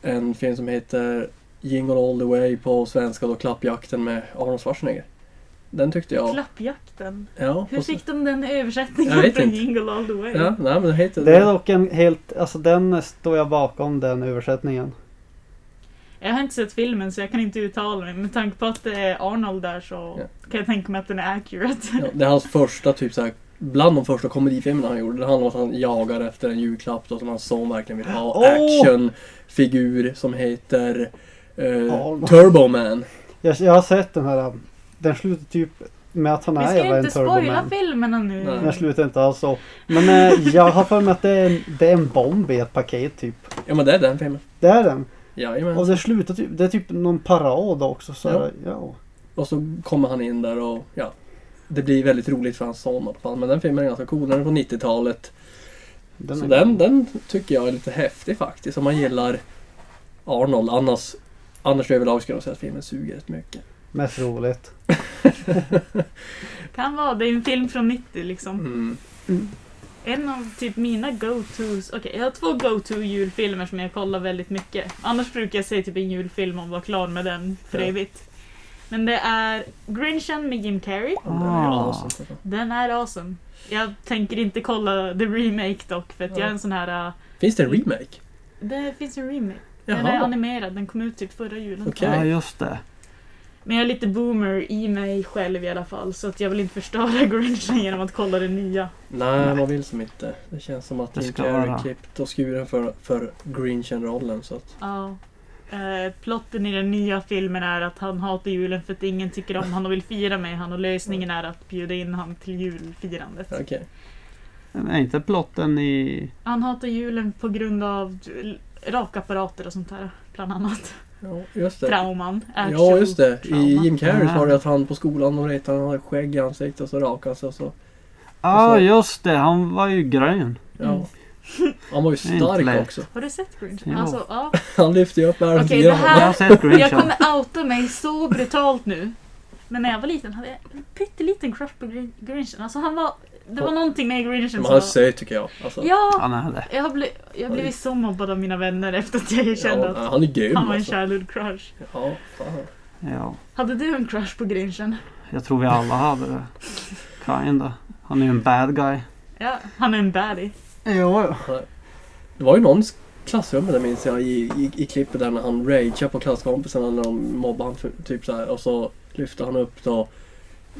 en film som heter Jingle All The Way på svenska då Klappjakten med Arnold Schwarzenegger. Den tyckte jag... Klappjakten. ja, Hur och så- fick de den Jag översättningen vet från inte. Jingle All The Way? Ja, nej men den heter... Det är dock en helt, alltså den står jag bakom den översättningen. Jag har inte sett filmen så jag kan inte uttala mig. Med tanke på att det är Arnold där så kan jag tänka mig att den är accurate. Ja, det är hans första typ såhär, bland de första komedifilmerna han gjorde. Det handlar om att han jagar efter en julklapp då, som hans son verkligen vill ha. Åh! Actionfigur som heter eh, Arnold. Turbo Man. Jag, jag har sett den här, den slutar typ med att han Vi är ska ju jävla en inte spoila turboman. filmerna nu. Nej. Den slutar inte alls så. Men eh, jag har för mig att det är, en, det är en bomb i ett paket typ. Ja men det är den filmen. Det är den. Jajamän. Och det slutar typ, det är typ någon parad också. Så här, ja. Och så kommer han in där och ja, det blir väldigt roligt för hans son. i alla fall. Men den filmen är ganska cool. Den är från 90-talet. Den Så är- den, den tycker jag är lite häftig faktiskt. Om man gillar Arnold. Annars, annars överlag skulle jag säga att filmen suger rätt mycket. Mest roligt. Kan vara, det är en film från 90 liksom. Mm. En av typ mina go-tos, okej jag har två go-to julfilmer som jag kollar väldigt mycket. Annars brukar jag se typ en julfilm och vara klar med den för Ja. evigt. Men det är Grinchen med Jim Carrey. Den är Ah. awesome. Den är awesome. Jag tänker inte kolla the remake dock för att jag är en sån här... äh, Finns det en remake? det finns en remake. Den är Jaha. animerad, den kom ut typ förra julen. Okej. Ja, just det. Men jag är lite boomer i mig själv i alla fall så att jag vill inte förstöra Grinchen genom att kolla det nya. Nej, man vill som inte. Det känns som att Det Jim ska Carrey vara. klippt och skuren för, för Grinchen-rollen. Så att, Ja. Eh, plotten i den nya filmen är att han hatar julen för att ingen tycker om honom och vill fira med honom och lösningen är att bjuda in honom till julfirandet. okej. Men är inte plotten i... Han hatar julen på grund av rakapparater och sånt där, bland annat. Ja, just det. Trauman. Ja, just det. I trauma. Jim Carrey så var det Ah. att han på skolan, de retade han hade skägg i ansiktet och så rakade han sig och så. Ja, Och så- just det. Han var ju grön. Ja. Mm. Han var ju Det är inte lätt. stark också. Har du sett Grinch? Ja. Alltså, ja. Han lyfte ju upp världens Okej, gran. det Jag här- har sett Grinchen. Jag kommer outa mig så brutalt nu. Men när jag var liten hade jag en pytteliten crush på Grin- Grinchen. Alltså han var... Det var någonting med Grinchen Men som han är var... söt tycker jag. Alltså, Ja! Han är det. Jag har bli- jag har blivit så mobbad av mina vänner efter att jag kände ja, att han är grym han var en alltså. childhood crush. Ja, fan. Ja. Hade du en crush på Grinchen? Jag tror vi alla hade det. Kinda. Han är ju en bad guy. Ja, han är en baddie. Jo, Det var ju någon klassrum där minns jag i, i, i klippet där när han rageade på klasskompisarna när de mobbade han för, typ så här och så lyfte han upp då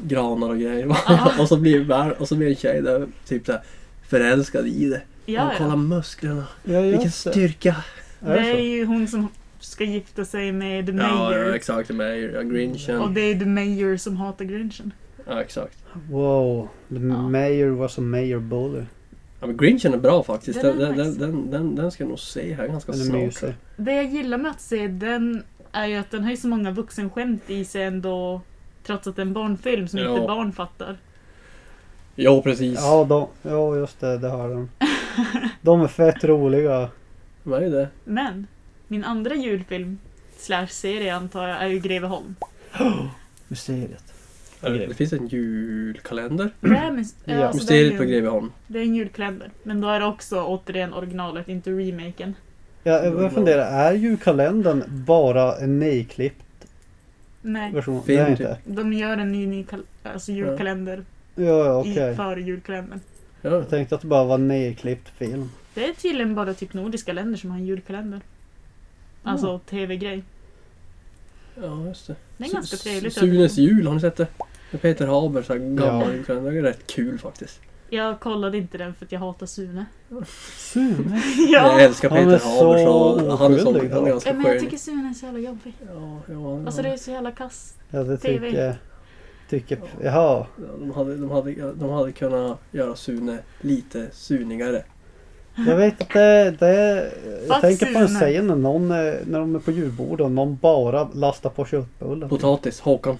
granar och grejer. och så blir vär- och så blir en tjej där typ så här förälskad i det. Ja, han kollar ja. musklerna. Ja, Vilken just det. styrka! Är Det är det så? ju hon som ska gifta sig med The Ja, ja, Mayor. exakt. Mayer, ja, Och Grinchen. det är The Mayor som hatar Grinchen. Ja, exakt. Wow. The Ja. mayor was a mayor bully. Ja, men Grinchen är bra faktiskt. Den, Den är den, den, nice. den, den, den ska jag nog se här ganska Den är snart. mysig. Det jag gillar med att se den är ju att den har ju så många vuxenskämt i sig ändå. Trots att det är en barnfilm som Ja. inte barn fattar. Ja, precis. Ja, de, ja, just det. Det har de. De är fett roliga. Vad är det? Men min andra julfilm slash serie antar jag är ju Greveholm. Mysteriet. Det, det finns en julkalender. Det är mys- Ja. ja, alltså det, är Mysteriet på ju, Greveholm. det är en julkalender. Men då är det också återigen originalet, inte remaken. Ja, jag börjar fundera. Är julkalendern bara en nejklippt Nej, version? Film, det är typ. inte. de gör en ny, ny kal- alltså julkalender Ja, ja, okej. i, för julkalendern. Ja. Jag tänkte att det bara var en nejklippt film. Det är tydligen bara typ nordiska länder som har en julkalender. Alltså tv-grej. Ja, just det. Det är Su- ganska Su- trevligt. Sunes jul, har ni sett det? Med Peter Haber, så här gammal Ja. julkalender. Det är rätt kul faktiskt. Jag kollade inte den för att jag hatar Sune. Sune? Jag älskar Han är Peter Haber, så så han är, så, oskyldig, han är ja. ganska Ja, men jag skön. tycker Sune är så jävla jobbig. Ja, ja, Alltså ja. det är så jävla kass. Ja, det TV. tycker... Tycker... Jaha. Ja, De hade, de, hade, de hade kunnat göra Sune lite sunigare. Jag vet att det, det Jag Fuck tänker på en Sune. scen när någon, eh, när de är på julbordet och någon bara lastar på köttbullar. Potatis, Håkan.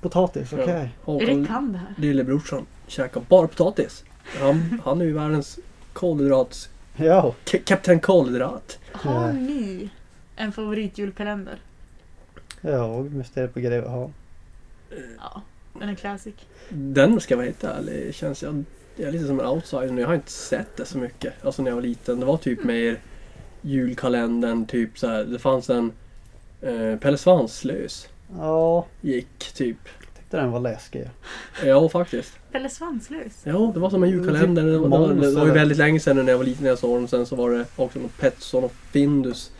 Potatis, okej. Ja, Håkan, Erik kan det här. lillebrorsan, käkar bara potatis. Han, han är ju världens kolhydrats... Ja. K- Kapten Kolhydrat. Har ni en favoritjulkalender? Ja, och Mysteriet på Greveholm. Ja, den är classic. Den ska jag vara helt ärlig, känns jag, jag är lite som en outsider nu. Jag har inte sett det så mycket. Alltså när jag var liten. Det var typ mer julkalendern, typ så här. Det fanns en eh, Pelle Svanslös Ja, gick typ. tyckte den var läskig. Eh, Ja faktiskt. Eller Svanslös. Ja det var som en julkalender. Det var, det var, det var ju väldigt länge sedan nu när jag var liten när jag såg den. Sen så var det också någon Petson och Findus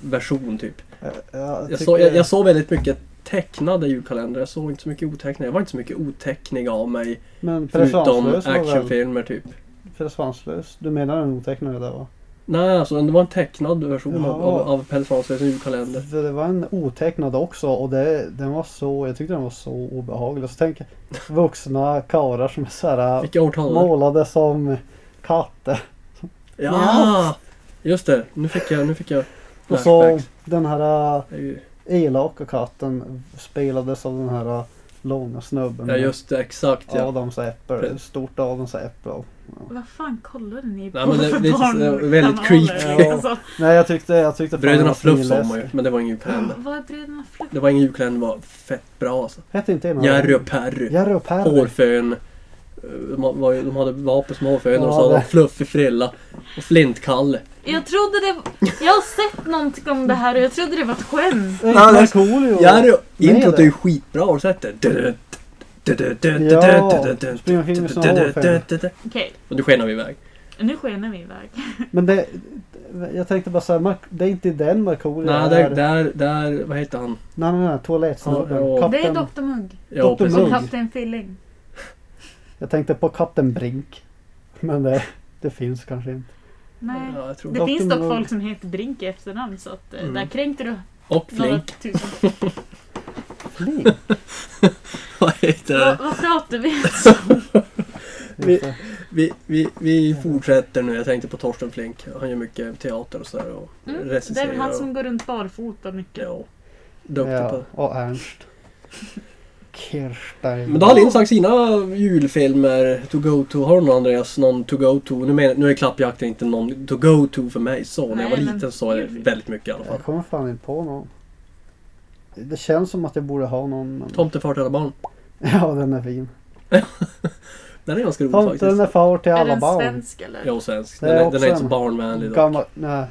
version typ. Ja, jag, Jag, tycker- såg, jag, jag såg väldigt mycket tecknade julkalendrar. Jag såg inte så mycket otecknade. Jag var inte så mycket otecknig av mig. Men Pelle Förutom Svanslös var väl... actionfilmer typ. Pelle Svanslös? Du menar den otecknade där va? Nej, alltså det var en tecknad version av, Jaha. av, av Pelle Svanslös julkalender. För det var en otecknad också och det, den var så, jag tyckte den var så obehaglig. Och Så tänk vuxna karlar som är så här Vilka årtal var det? målade som katter. Ja! Just det, nu fick jag, nu fick jag Och så flashbacks. den här eh, Det är ju- elaka katten spelades av den här eh, långa snubben Ja just det, exakt med ja. Adams äpple. Stort Adams äpple. Vad fan kollade ni på Nej, men det- för det är så- barnkanaler? väldigt creepy. Ja. Alltså, Nej jag tyckte, jag tyckte fan det Bröderna var Fluff sa svinläskigt. man ju, men det var ingen julkalender. Alltså, vad är Bröderna Fluff? Det var ingen julkalender, det var fett bra alltså. Hette inte det något? Jerry och Perry. Jerry och Perry. Hårfön. Eh, De var ju- de hade vapen som hårfön och Ja, så hade de det- fluffig frilla. Och flintkalle. Jag trodde det Jag har sett någonting om det här och jag trodde det var ett skämt. Eh, Ja, det- Markoolio. Jerry, Nej, introt det- är ju skitbra, har du sett det? Du- du- du- du- du- Ja, du- du- du- spring omkring med såna du- du- hårfön. du- du- Okej, Och nu skenar vi iväg. nu skenar vi iväg. Men det, jag tänkte bara säga, Mark- det är inte i den Markoolio Nej, det där, är. där, där, vad heter han? Nej, nej, nej, toalettsnubben. Ja, ja. Kapten- Det är Dr Mugg Ja, Dr. precis. och Mugg. Kapten Filling. Jag tänkte på Kapten Brink. Men det, det finns kanske inte. Nej. Ja, jag tror Det Dr. finns dock Mugg. folk som heter Brink i efternamn så att eh, Mm. där kränkte du Och några Flink. tusen. Flink? Vad heter Vad, det? vad pratar vi Just det. Vi, vi, vi fortsätter nu. Jag tänkte på Torsten Flink. Han gör mycket teater och sådär. Och Mm, Det är recenserar. väl han som och- går runt barfota mycket. Ja. Duktig ja, på... och Ernst. Kirstein. Men då har Linn sagt sina julfilmer to go to. Har du någon Andreas? Någon to go to? Nu, menar, nu är klappjakten inte någon to go to för mig så. När jag var Nej, men- liten så är det väldigt mycket i alla fall. Jag kommer fan inte på någon. Det känns som att jag borde ha någon. Men... Tomten far till alla barn. Ja, den är fin. Den är ganska rolig faktiskt. Tomten är far till Är alla den barn. svensk eller? Ja, och svensk. Det Den är är, också den är inte så en barnvänlig. dock. Gammal, nej.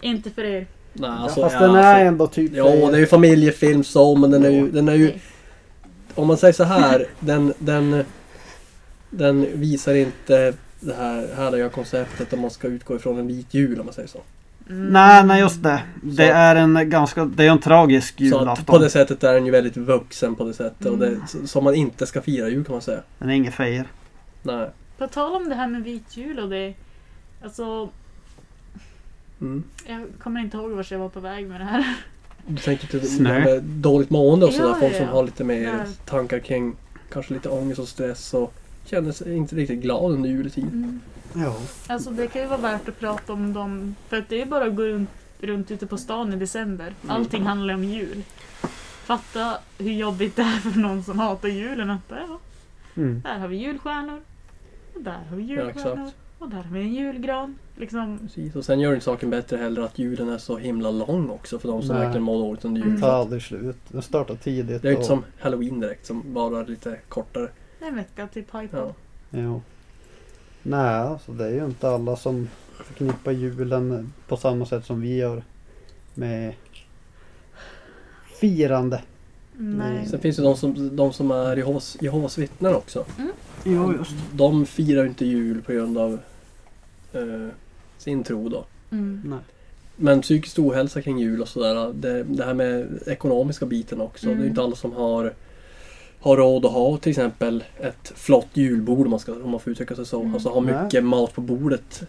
Inte för er. Nej, alltså, Fast ja, den alltså- är ändå typ Ja, det är ju familjefilm så, men den är ju... Den är ju Nej. om man säger så här, den, den, den visar inte det här härliga konceptet om man ska utgå ifrån en vit jul om man säger så. Mm. Nej, nej just det. Det Så- är en ganska... Det är en tragisk Så att på julafton. det sättet är den ju väldigt vuxen på det sättet och Mm. det, som man inte ska fira jul kan man säga. Den är inget fejer. Nej. På tal om det här med vit jul och det. Alltså, Mm. jag kommer inte ihåg vart jag var på väg med det här. Du tänker till det Snö. här med dåligt mående och sådär. Ja, Folk ja, som ja. har lite mer Nej. tankar kring kanske lite ångest och stress och känner sig inte riktigt glad under juletid. Mm. Ja. Alltså det kan ju vara värt att prata om dem. För att det är bara att gå runt, runt ute på stan i december. Mm. Allting handlar om jul. Fatta hur jobbigt det är för någon som hatar julen. Att där, va? Mm. där har vi julstjärnor. Och där har vi Ja, julstjärnor. exakt. och där har vi en julgran. Liksom, Precis. Och sen gör det inte saken bättre heller att julen är så himla lång också för de som Nej. verkligen mår dåligt under Mm. julen. tar aldrig slut. Den startar tidigt. Det är ju och- inte som halloween direkt som bara är lite kortare. det är en vecka till Piper. Ja. Jo. Nej, alltså det är ju inte alla som förknippar julen på samma sätt som vi gör med firande. Mm. Nej. Sen finns det de som, de som är Jehovas, Jehovas vittnen också. Jo, just De firar ju inte jul på grund av eh, sin tro då. Mm. Nej. Men psykisk ohälsa kring jul och sådär. Det, det här med ekonomiska biten också. Mm. Det är ju inte alla som har, har råd att ha till exempel ett flott julbord om man, ska, om man får uttrycka sig så. Mm. Alltså ha Nej. mycket mat på bordet.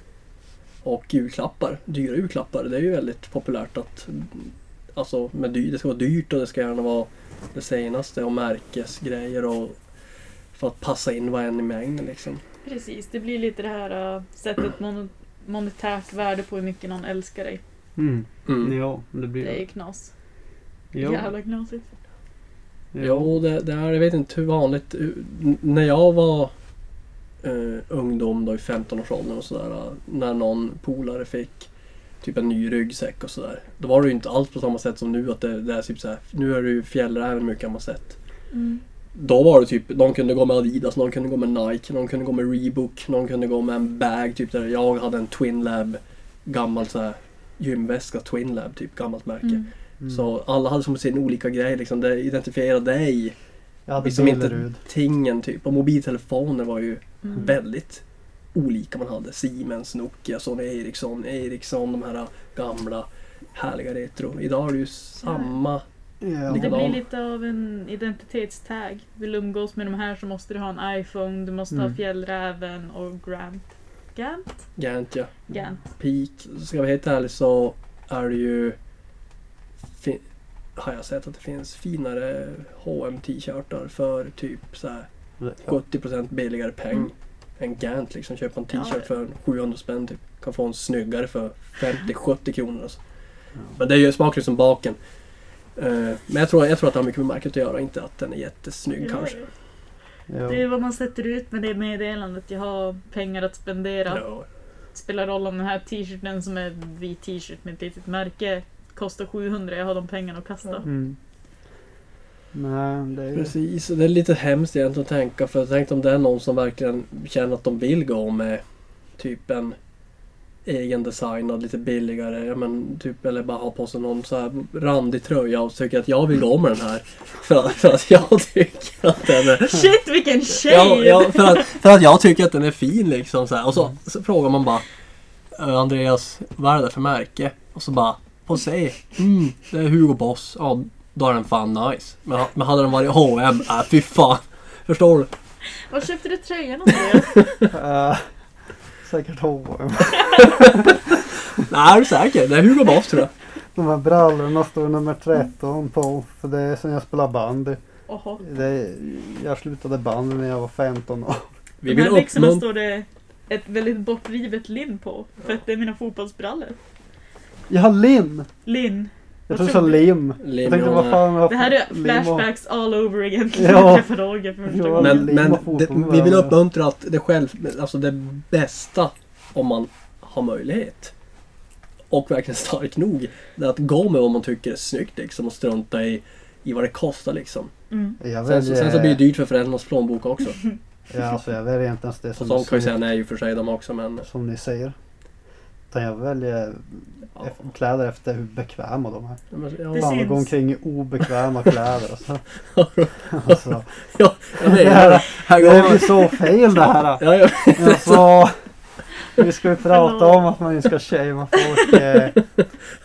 Och julklappar, dyra julklappar. Det är ju väldigt populärt att alltså, med dy- det ska vara dyrt och det ska gärna vara det senaste och märkesgrejer och för att passa in vad en i mängden liksom. Precis, det blir lite det här äh, sättet mono- monetärt värde på hur mycket någon älskar dig. Mm. Mm. Ja, det blir Det är det. ju knas. Jo. Jävla knasigt. Jo, det, det är, jag vet inte hur vanligt. N- När jag var eh, ungdom då i 15-årsåldern och sådär. När någon polare fick typ en ny ryggsäck och sådär. Då var det ju inte alls på samma sätt som nu att det, det är typ såhär. Nu är det ju fjällräven mycket man sett. Mm. Då var det typ, någon kunde gå med Adidas, någon kunde gå med Nike, någon kunde gå med Reebok, någon kunde gå med en bag. Typ där jag hade en Twinlab, gammal såhär gymväska, Twinlab typ, gammalt märke. Mm. Mm. Så alla hade som sin olika grej liksom, det identifierar dig. jag hade Liksom inte Billerud. tingen typ. Och mobiltelefoner var ju Mm. väldigt olika man hade. Siemens, Nokia, Sony Ericsson, Ericsson, de här gamla härliga retro. Idag är det ju samma. Ja. Det Likadan. blir lite av en identitetstag. Vill du umgås med de här så måste du ha en iPhone, du måste ha Mm. fjällräven och Grant. Gant? Gant ja. Gant. Peak. Ska jag vara helt ärlig så är det ju... Fin- har jag sett att det finns finare hm t-shirtar för typ så här 70% billigare peng Mm. än Gant liksom. Köpa en t-shirt Ja. för 700 spänn typ. Kan få en snyggare för 50-70 kronor alltså. Men det är ju smaken som liksom baken. Eh, Men jag tror, jag tror att det har mycket med märket att göra, inte att den är jättesnygg kanske. Det är Ja. vad man sätter ut med det meddelandet. Jag har pengar att spendera. Ja. Spelar roll om den här t-shirten som är vit t-shirt med ett litet märke kostar 700. Jag har de pengarna att kasta. Mm. Nej, det är ju... Precis, och det är lite hemskt egentligen att tänka för tänk om det är någon som verkligen känner att de vill gå med typ en egen designad, lite billigare, ja, men typ, eller bara ha på sig någon så här randig tröja och tycker att jag vill gå med den här. För att, för att jag tycker att den är... Shit vilken tjej! Ja, ja, för, att, för att jag tycker att den är fin liksom. Så här. Och så, så frågar man bara "Eh, Andreas, vad är det för märke? Och så bara Posey. Mm, det är Hugo Boss. Ja, då är den fan nice. Men, ha- men hade den varit H&M, äh, fy fan. Förstår du? Var köpte du tröjan Andreas? Äh, säkert H&M. Nej, är du säker? Det är Hugo Boss tror jag. De här brallorna står nummer 13 på. För det är sen jag spelar bandy. Oho. Det, jag slutade bandy när jag var 15 år. Vi de vill här byxorna uppmuntra... står det ett väldigt bortrivet linn på. För att det är mina fotbollsbrallor. Jag har lim! Linn. Jag tror du sa lim. Jag tänkte äh, vad fan har Det här är lim och- flashbacks all over again. Ja. Jag träffar Roger för första Ja. gången. Men, men Limma det, foton vi vill varandra. uppmuntra att det själv, alltså det bästa om man har möjlighet och verkligen stark nog, det är att gå med vad man tycker är snyggt liksom och strunta i, i vad det kostar liksom. Mm. Jag Sen, så- väljer, sen så blir det dyrt för föräldrarnas plånbok också. Ja, alltså jag väljer inte ens det som, Och de kan ni, ju säga säger, nej i och för sig de också men... som ni säger. Utan jag väljer Ja, eff- kläder efter hur bekväma de är. men- Det ja, Fan syns. att gå omkring i obekväma kläder. Alltså. Alltså, jag menar det. Här går det blir man- så fel det här. Ja, ja. Alltså, vi ska ju prata Förlåt. om att man inte ska shamea folk eh,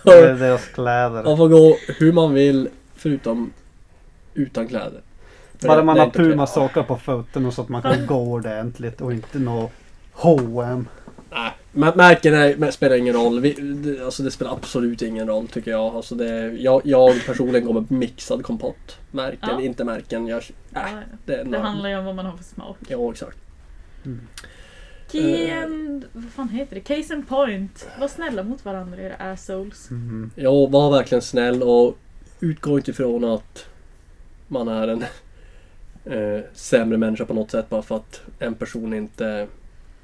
med deras Man kläder. får gå hur man vill förutom utan kläder. För Bara det- man det är har inte okej. Puma-sockor på fötterna så att man kan gå ordentligt och inte nå H&M. Nej, men märken är, men spelar ingen roll. Vi, det, alltså det spelar absolut ingen roll tycker jag. Alltså det, jag, jag personligen går med mixad kompott. Märken, Ja. inte märken. Jag, äh, Ja, det är Det några- handlar ju om vad man har för smak. Ja, exakt. Key Eh. and... Vad fan heter det? Case and point. Var snälla mot varandra era assholes. Mhm. Ja, var verkligen snäll och utgå inte ifrån att man är en eh, sämre människa på något sätt bara för att en person inte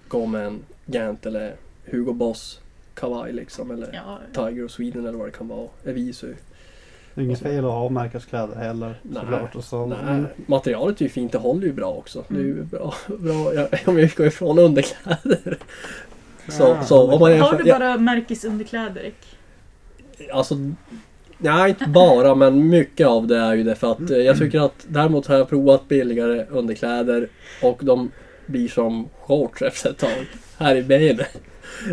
går med en Gant eller Hugo Boss kavaj liksom. Eller Ja, Tiger of Sweden eller vad det kan vara. Evisu. Det är inget fel att ha märkeskläder heller Nej. såklart. Och så. mm, Nej, Men materialet är ju fint, det håller ju bra också. Det är ju bra, bra jag, om jag utgår ifrån underkläder. Så, Ah, så om Har man jämför, du bara märkesunderkläder Rick? ja, alltså, nej, inte bara, men mycket av det är ju det. För att eh, jag tycker att däremot har jag provat billigare underkläder och de blir som shorts efter ett tag. Här i benet.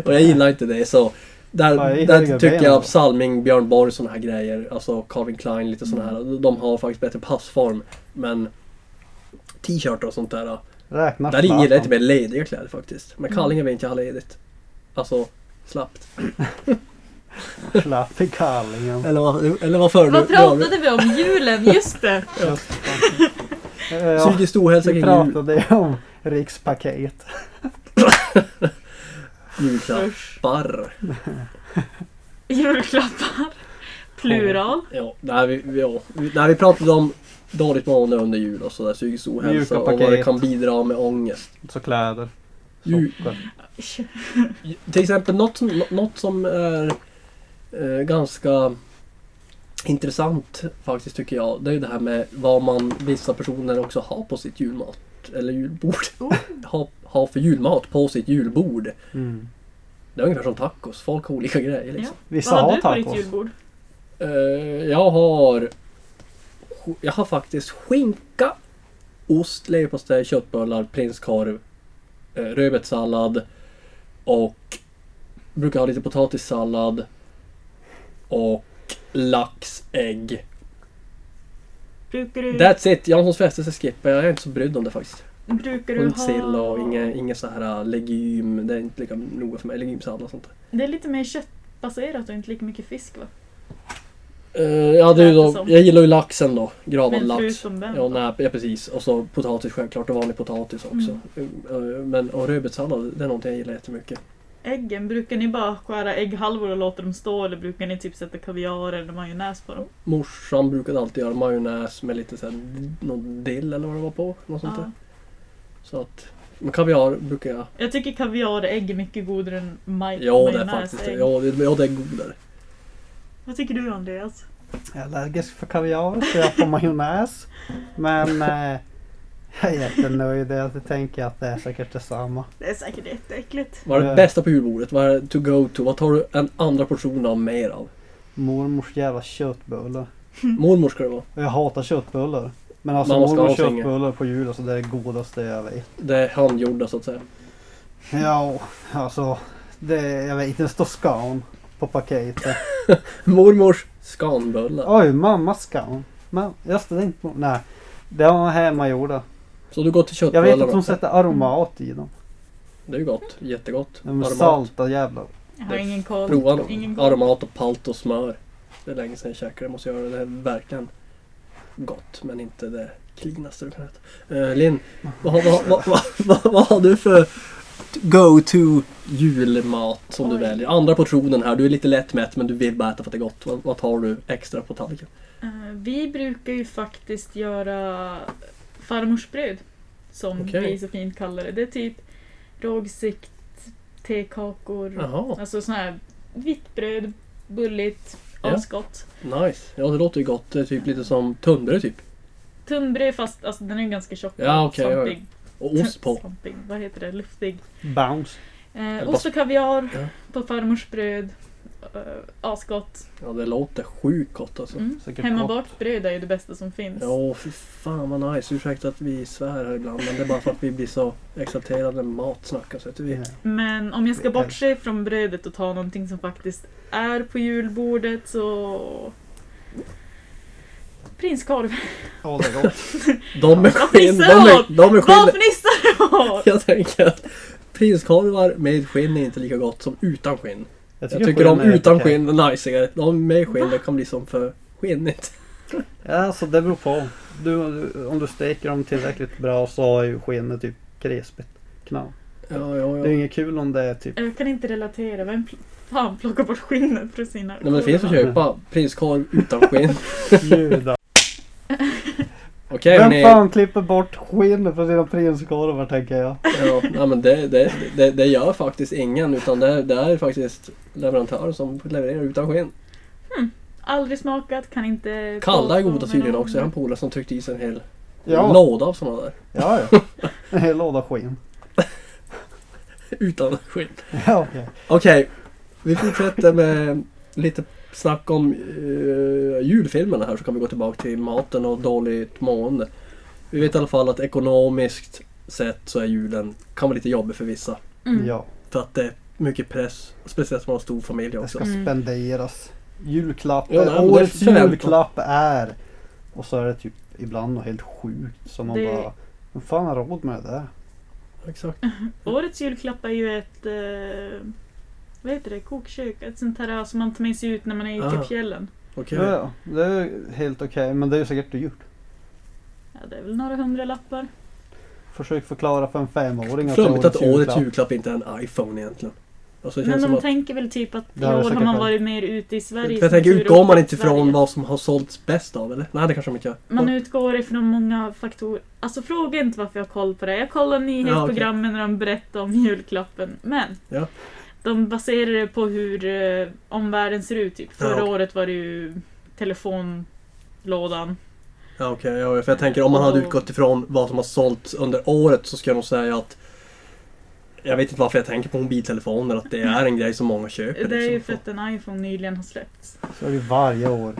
Och jag gillar inte det. så Ja, jag där, gillar där inga tycker ben jag då. Salming, Björn Borg sådana här grejer. Alltså Calvin Klein lite sådana här. De har faktiskt bättre passform. Men t-shirt och sånt där. Räknar Där gillar jag Zlatan. inte med lediga kläder faktiskt. Men Mm. kallingar vill inte jag ha ledigt. Alltså slappt. Slapp i kallingen. Eller vad, eller vad föredrar Vad pratade vi om? Julen, just det! Ja, Psykisk ohälsa Eh, vi kring jul, pratade ju om rikspaket. Usch. julklappar. Julklappar. Plural. Ja, nej, vi, vi, ja. Vi- nej, vi pratade om dåligt mående under jul och sådär. Psykisk ohälsa Mjuka och vad det paket. kan bidra med ångest. Så kläder. Ju- socker. Till exempel något som, nå- något som är eh, ganska intressant faktiskt tycker jag. Det är ju det här med vad man vissa personer också har på sitt julmat. Eller julbord. Oh. har ha för julmat på sitt julbord. Mm. Det är ungefär som tacos. Folk har olika grejer liksom. Vissa Vad har har du på ditt tacos. julbord? Eh, jag har... Jag har faktiskt skinka, ost, leverpastej, köttbullar, prinskorv, eh, rödbetssallad och brukar ha lite potatissallad och lax, ägg. Brukar du, That's it! Janssons frestelse skippar jag. Jag är inte så brydd om det faktiskt. brukar Och du inte sill ha... och inget, inget så här eh, legym. Det är inte lika noga för mig. Legymsallad och sånt där. Det är lite mer köttbaserat och inte lika mycket fisk va? Eh, ja, det är ju Lät det då, som. jag gillar ju laxen då. Gravad Men lax. förutom den. Ja, då? nej, ja, precis. Och så potatis självklart och vanlig potatis också. Eh, Men, och rödbetssallad, det är någonting jag gillar jättemycket. äggen? Brukar ni bara skära ägghalvor och låta dem stå eller brukar ni typ sätta kaviar eller majonnäs på dem? Morsan brukade alltid göra majonnäs med lite så här, någon dill eller vad det var på. Något sånt där. Ja. Så att, men kaviar brukar jag... Jag tycker kaviarägg är mycket godare än maj- Ja det är faktiskt det. majonnäsägg. Ja det, ja, det är godare. Vad tycker du Alltså, Andreas? Jag är allergisk för kaviar så jag får majonnäs. Men eh, jag är jättenöjd. Jag tänker att det är säkert detsamma. Det är säkert jätteäckligt. Vad är det Eh. bästa på julbordet? Vad är to go to? Vad tar du en andra portion av mer av? Mormors jävla köttbullar. Mormor ska det vara. Och Jag hatar köttbullar. Men alltså Mamma ska mormors ha sin- köttbullar på jul, alltså det är det godaste jag vet. Det är handgjorda så att säga. Ja, alltså. Det, jag vet inte, det står skan på paketet. Mormors skanbullar. Oj, mammas skan. Men just det, det är inte mor- Nej. Det har hon hemmagjorda. Så du går till Jag vet köttbullarna att hon också. sätter aromat i dem. Det är ju gott. Jättegott. De är Aromat. salta jävlar. Jag har Det- ingen koll. Prova ingen en koll. aromat och palt och smör. Det är länge sedan jag käkade det. Måste göra det. Det är verkligen gott. Men inte det cleanaste du kan äta. Eh, Linn, vad, har- vad, vad, vad, vad, vad har du för go to julmat som Oj. du väljer? Andra portionen här. Du är lite lätt mätt men du vill bara äta för att det är gott. Vad, vad tar du extra på tallriken? Eh, Vi brukar ju faktiskt göra farmors bröd. Som Okej. vi så fint kallar det. Det är typ rågsikt, tekakor. Jaha, Alltså sån här vitt bröd, bulligt, Ja. asgott. nice. Ja, det låter ju gott. Det är typ lite som tunnbröd typ. Tunnbröd fast alltså, den är ju ganska tjock. och Ja, okej, ja, ja. svampig. Och ost på. Svampig, vad heter det? Luftig. Bounce. Eh, Eller ost och kaviar Ja. på farmors bröd. Eh, asgott. Ja, det låter sjukt gott alltså. Mm. Säkert Hemmabakt bröd är ju det bästa som finns. Ja, fy fan vad nice. Ursäkta att vi svär här ibland, men det är bara för att vi blir så exalterade när mat snackas. Vet du? Vi, Ja. Men om jag ska bortse från brödet och ta någonting som faktiskt är på julbordet så... Prinskorv. Åh, det är gott. De är Vad skinn! De fnissar du är, åt? de är Vad skinn! fnissar du åt? Jag tänker att prinskorvar med skinn är inte lika gott som utan skinn. Jag tycker skillnaden de är utan okej. skinn är najsigare. De med skinn, det kan bli som för skinnigt. Ja, alltså det beror på. Du, du, om du steker dem tillräckligt bra så är ju skinnet typ krispigt. Knall. Ja, ja, Det är ja. ju inget kul om det är typ... Jag kan inte relatera. Vem pl- fan plockar bort skinnet från sina Nej, men det finns att köpa prinskorv utan skinn. Judar. Okej Vem hörni. fan klipper bort skinnet på sina prinskorvar tänker jag. Ja, nej, men det, det, det, det gör faktiskt ingen utan det, det är faktiskt leverantören som levererar utan skinn. Aldrig smakat, kan inte... Kalle påstå är goda mig tydligen någon. också. Jag har en polare som tryckte i sig en hel Ja, låda av sådana där. ja, ja. En hel låda skinn. Utan skinn. Ja, okej. Okej, vi fortsätter med lite snack om eh, julfilmerna här så kan vi gå tillbaka till maten och dåligt mående. Vi vet i alla fall att ekonomiskt sett så är julen kan vara lite jobbig för vissa. Mm. Ja, För att det är mycket press, speciellt om man har stor familj det också. ska Mm. spenderas. Julklapp, Ja, nej, men det årets förväntar- julklapp är... Och så är det typ ibland något helt sjukt som man Det- bara... Vem fan har råd med det där? Exakt. Årets julklapp är ju ett... Eh, vad heter det? Kokkök? Ett sånt här eh, som man tar med sig ut när man är i Ah. typ fjällen. Okej. Ja, ja, det är ju helt okej men det är ju säkert dyrt. Ja, det är väl några hundra lappar. Försök förklara för en femåring att det är Flummigt att årets julklapp. julklapp inte är en iPhone egentligen. Alltså det Men känns de som att... tänker väl typ att i Det har jag år har säkert man fel. varit mer ute i Sverige. För jag som tänker, tur utgår man åker inte till Sverige. från vad som har sålts bäst av eller? Nej det kanske man inte gör. Man utgår ifrån många faktorer. Alltså fråga inte varför jag har koll på det. Jag kollar nyhetsprogrammen när de berättar om julklappen. Men Ja. de baserar det på hur eh, omvärlden ser ut. Typ. Förra Ja, okej. året var det ju telefonlådan. Ja, okej. ja, för jag tänker om man hade utgått ifrån vad som har sålts under året så ska jag nog säga att jag vet inte varför jag tänker på mobiltelefoner, att det är en grej som många köper. Det är ju för liksom. att en iPhone nyligen har släppts. Så är det varje år.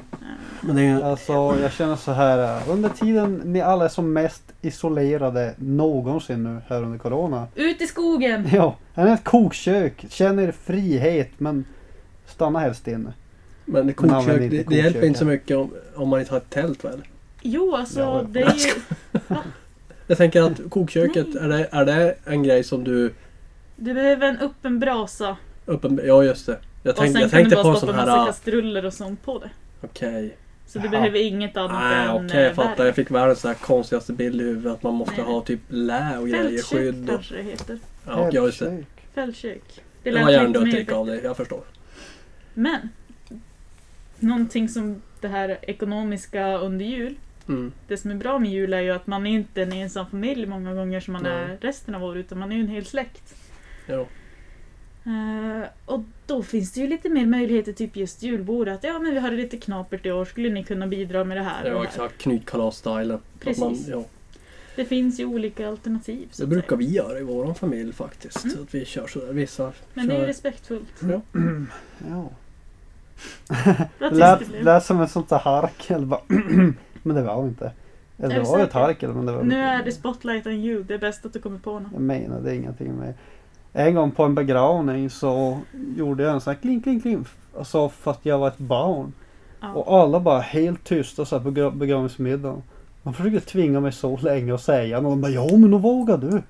Men det är ju... Alltså jag känner så här. eh, Under tiden ni alla är som mest isolerade någonsin nu här under Corona. Ut i skogen! Ja, här är ett kokkök. Känn er frihet men stanna helst inne. Men det, Man använder kokkök, inte det, det kokkök, hjälper inte så ja. mycket om, om man inte har ett tält väl? Jo, alltså Ja, ja. det är ju... Jag tänker att kokköket, Nej. är det, är det en grej som du... Du behöver en öppen brasa. Uppen, ja, just det. Jag, och tänk, sen jag kan du tänkte på bara en stoppa sån massa här... ah, kastruller och sånt på det. Okej. Så du Jaha. behöver inget annat Nej, än Ah, okej, eh, jag fattar. värme. Jag fick världens så här konstigaste bild i huvudet. Att man måste Nej. ha typ lä och grejer, Fältkök skydd och... kanske det heter. Ja, okej, just det. Hälsokök. Fältkök. Det Det lät var lite hjärndötrik mer- av dig, jag förstår. Men! Någonting som det här ekonomiska under jul. Mm. Det som är bra med jul är ju att man är inte en ensam familj många gånger som man Nej. är resten av året utan man är ju en hel släkt. Ja. Eh, och då finns det ju lite mer möjligheter, typ just julbordet. Att ja, men vi har det lite knapert i år, skulle ni kunna bidra med det här? och det Ja, här? exakt. Knytkalas-stylen. Att man- Precis. Ja, Det finns ju olika alternativ. så det att brukar säga. vi göra i vår familj faktiskt. Mm. Att vi kör sådär. Vissa Men det är ju kör... respektfullt. Ja. Ja. Vad tyst det Lät, blev. lät som ett sånt där harkel. bara men det var det inte. Eller Är det du var ett säker? harkel men det var Nu är det spotlight on you, det är bäst att du kommer på något. Jag menar det är ingenting med. En gång på en begravning så gjorde jag en sån här kling kling kling. Alltså för att jag var ett barn. Ja. Och alla bara helt tysta så här på gra- begravningsmiddagen. De försökte tvinga mig så länge att säga något. De bara ja men då vågar du.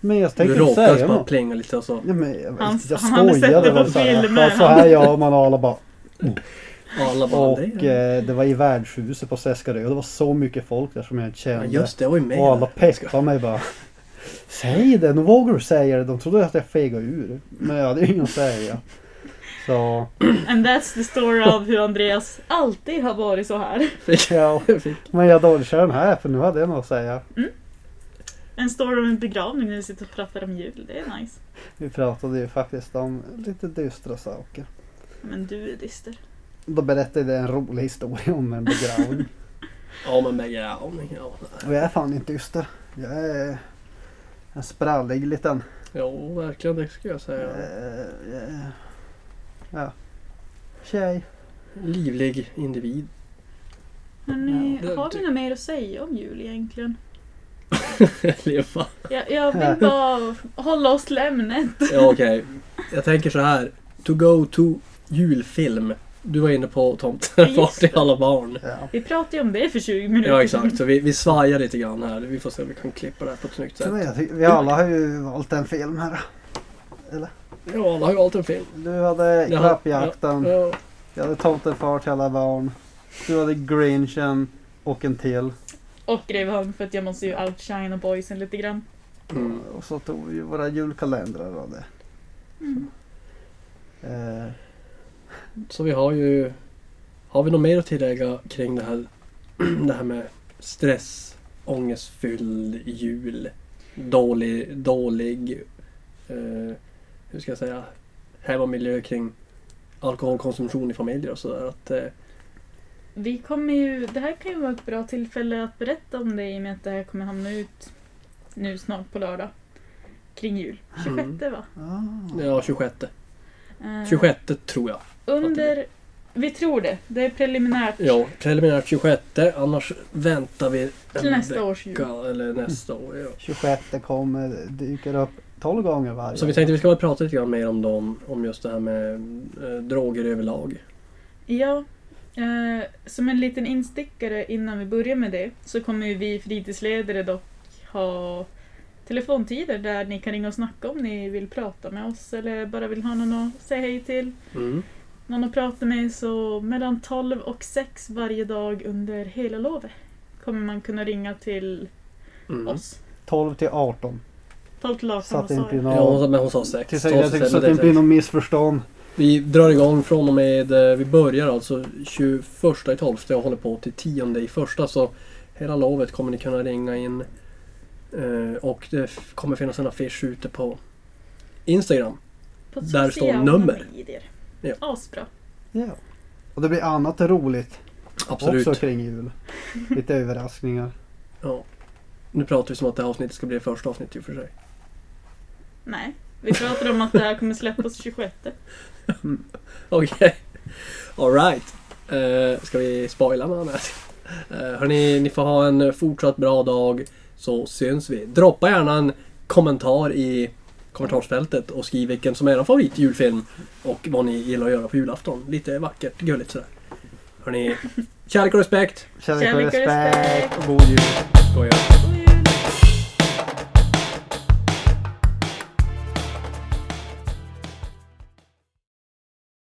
Men jag Du tänker inte råkar säga bara något. plinga lite alltså. och så. Ja, men jag, Han- jag han hade sett det skojade på väl så här. filmen. Så här gör man och alla bara Och alla bara, Och det är... eh, det var i värdshuset på Seskarö och det var så mycket folk där som jag inte Ja, kände. just det, jag var ju med. och alla där. peppade mig bara. Säg det, nu vågar du säga det. De trodde att jag fegade ur. Men jag hade ju inget att säga. Så, And that's the story of hur Andreas alltid har varit så här. ja. Men jag dodgade den här för nu hade jag något att säga. En story om en begravning när vi sitter och pratar om jul, det är nice. Vi pratade ju faktiskt om lite dystra saker. Men du är dyster. Då berättade jag en rolig historia om en begravning. Ja, men begravning. Ja. Och jag är fan inte dyster. Jag är en sprallig liten Jo, verkligen. Det ska jag säga. eh, eh, ja. tjej. Livlig individ. Hörrni, Ja. har vi något mer att säga om jul egentligen? Leva. Jag, jag vill bara hålla oss till ämnet. Ja, okej. Jag tänker så här. To go to julfilm. Du var inne på tomten. Just Vart är det. alla barn? Ja. Vi pratade ju om det för 20 minuter Ja, exakt. sedan. Så vi, vi svajar lite grann här. Vi får se om vi kan klippa det här på ett snyggt Så sätt. jag tycker- vi alla har ju valt en film här. Ja, alla har ju valt en film. Du hade Jaha, Klappjakten, Ja. jag hade Tomtefar till alla barn. Du hade Grinchen och en till. Och Greveholm för att jag måste ju outshina boysen lite grann. Mm. Och så tog vi våra julkalendrar av det. Mm. Eh, Så vi har ju... Har vi något mer att tillägga kring det här, det här med stress, ångestfylld jul? Dålig, dålig... Eh, hur ska jag säga? Hemmamiljö kring alkoholkonsumtion i familjer och sådär. Att, eh, Vi kommer ju, det här kan ju vara ett bra tillfälle att berätta om det i och med att det här kommer hamna ut nu snart på lördag. Kring jul. 26 Mm. va? ah. ja, 26. Eh, 26 tror jag. Under, vi tror det. Det är preliminärt Ja, preliminärt 26. Annars väntar vi en till nästa års jul. vecka eller nästa år. Ja. 26 kommer, dyker upp 12 gånger varje Så vi tänkte vi ska väl prata lite grann mer om dem, om just det här med eh, droger överlag. Ja, eh, som en liten instickare innan vi börjar med det så kommer ju vi fritidsledare dock ha telefontider där ni kan ringa och snacka om ni vill prata med oss eller bara vill ha någon att säga hej till. Mm. Någon att prata med så mellan 12 och 6 varje dag under hela lovet kommer man kunna ringa till Mm. oss. 12 till 18. 12 till 18 Så att vad det sa inte blir jag? Ja, hon, någon, sa- men hon sa sex. till, Ta jag sig tycker, så sen att det inte vidare. blir någon missförstånd. Vi drar igång från och med, eh, vi börjar alltså 21 i 12 och håller på till 10 i första så hela lovet kommer ni kunna ringa in eh, och det f- kommer finnas en affisch ute på Instagram. På Där står sociala nummer. medier. Ja. Asbra. Ja. Och det blir annat roligt Absolut. också kring jul. Lite överraskningar. Ja. Nu pratar vi som att det här avsnittet ska bli det första avsnittet i och för sig. Nej, vi pratade om att det här kommer släppas 26. Okej. Alright. Uh, ska vi spoila med annat? Uh, hörni, ni får ha en fortsatt bra dag så syns vi. Droppa gärna en kommentar i kommentarsfältet och skriv vilken som är er favoritjulfilm och vad ni gillar att göra på julafton. Lite vackert, gulligt sådär. Hörni, kärlek och respekt. Kärlek och Kärlek och respekt respekt. och god jul. Gå och gör det.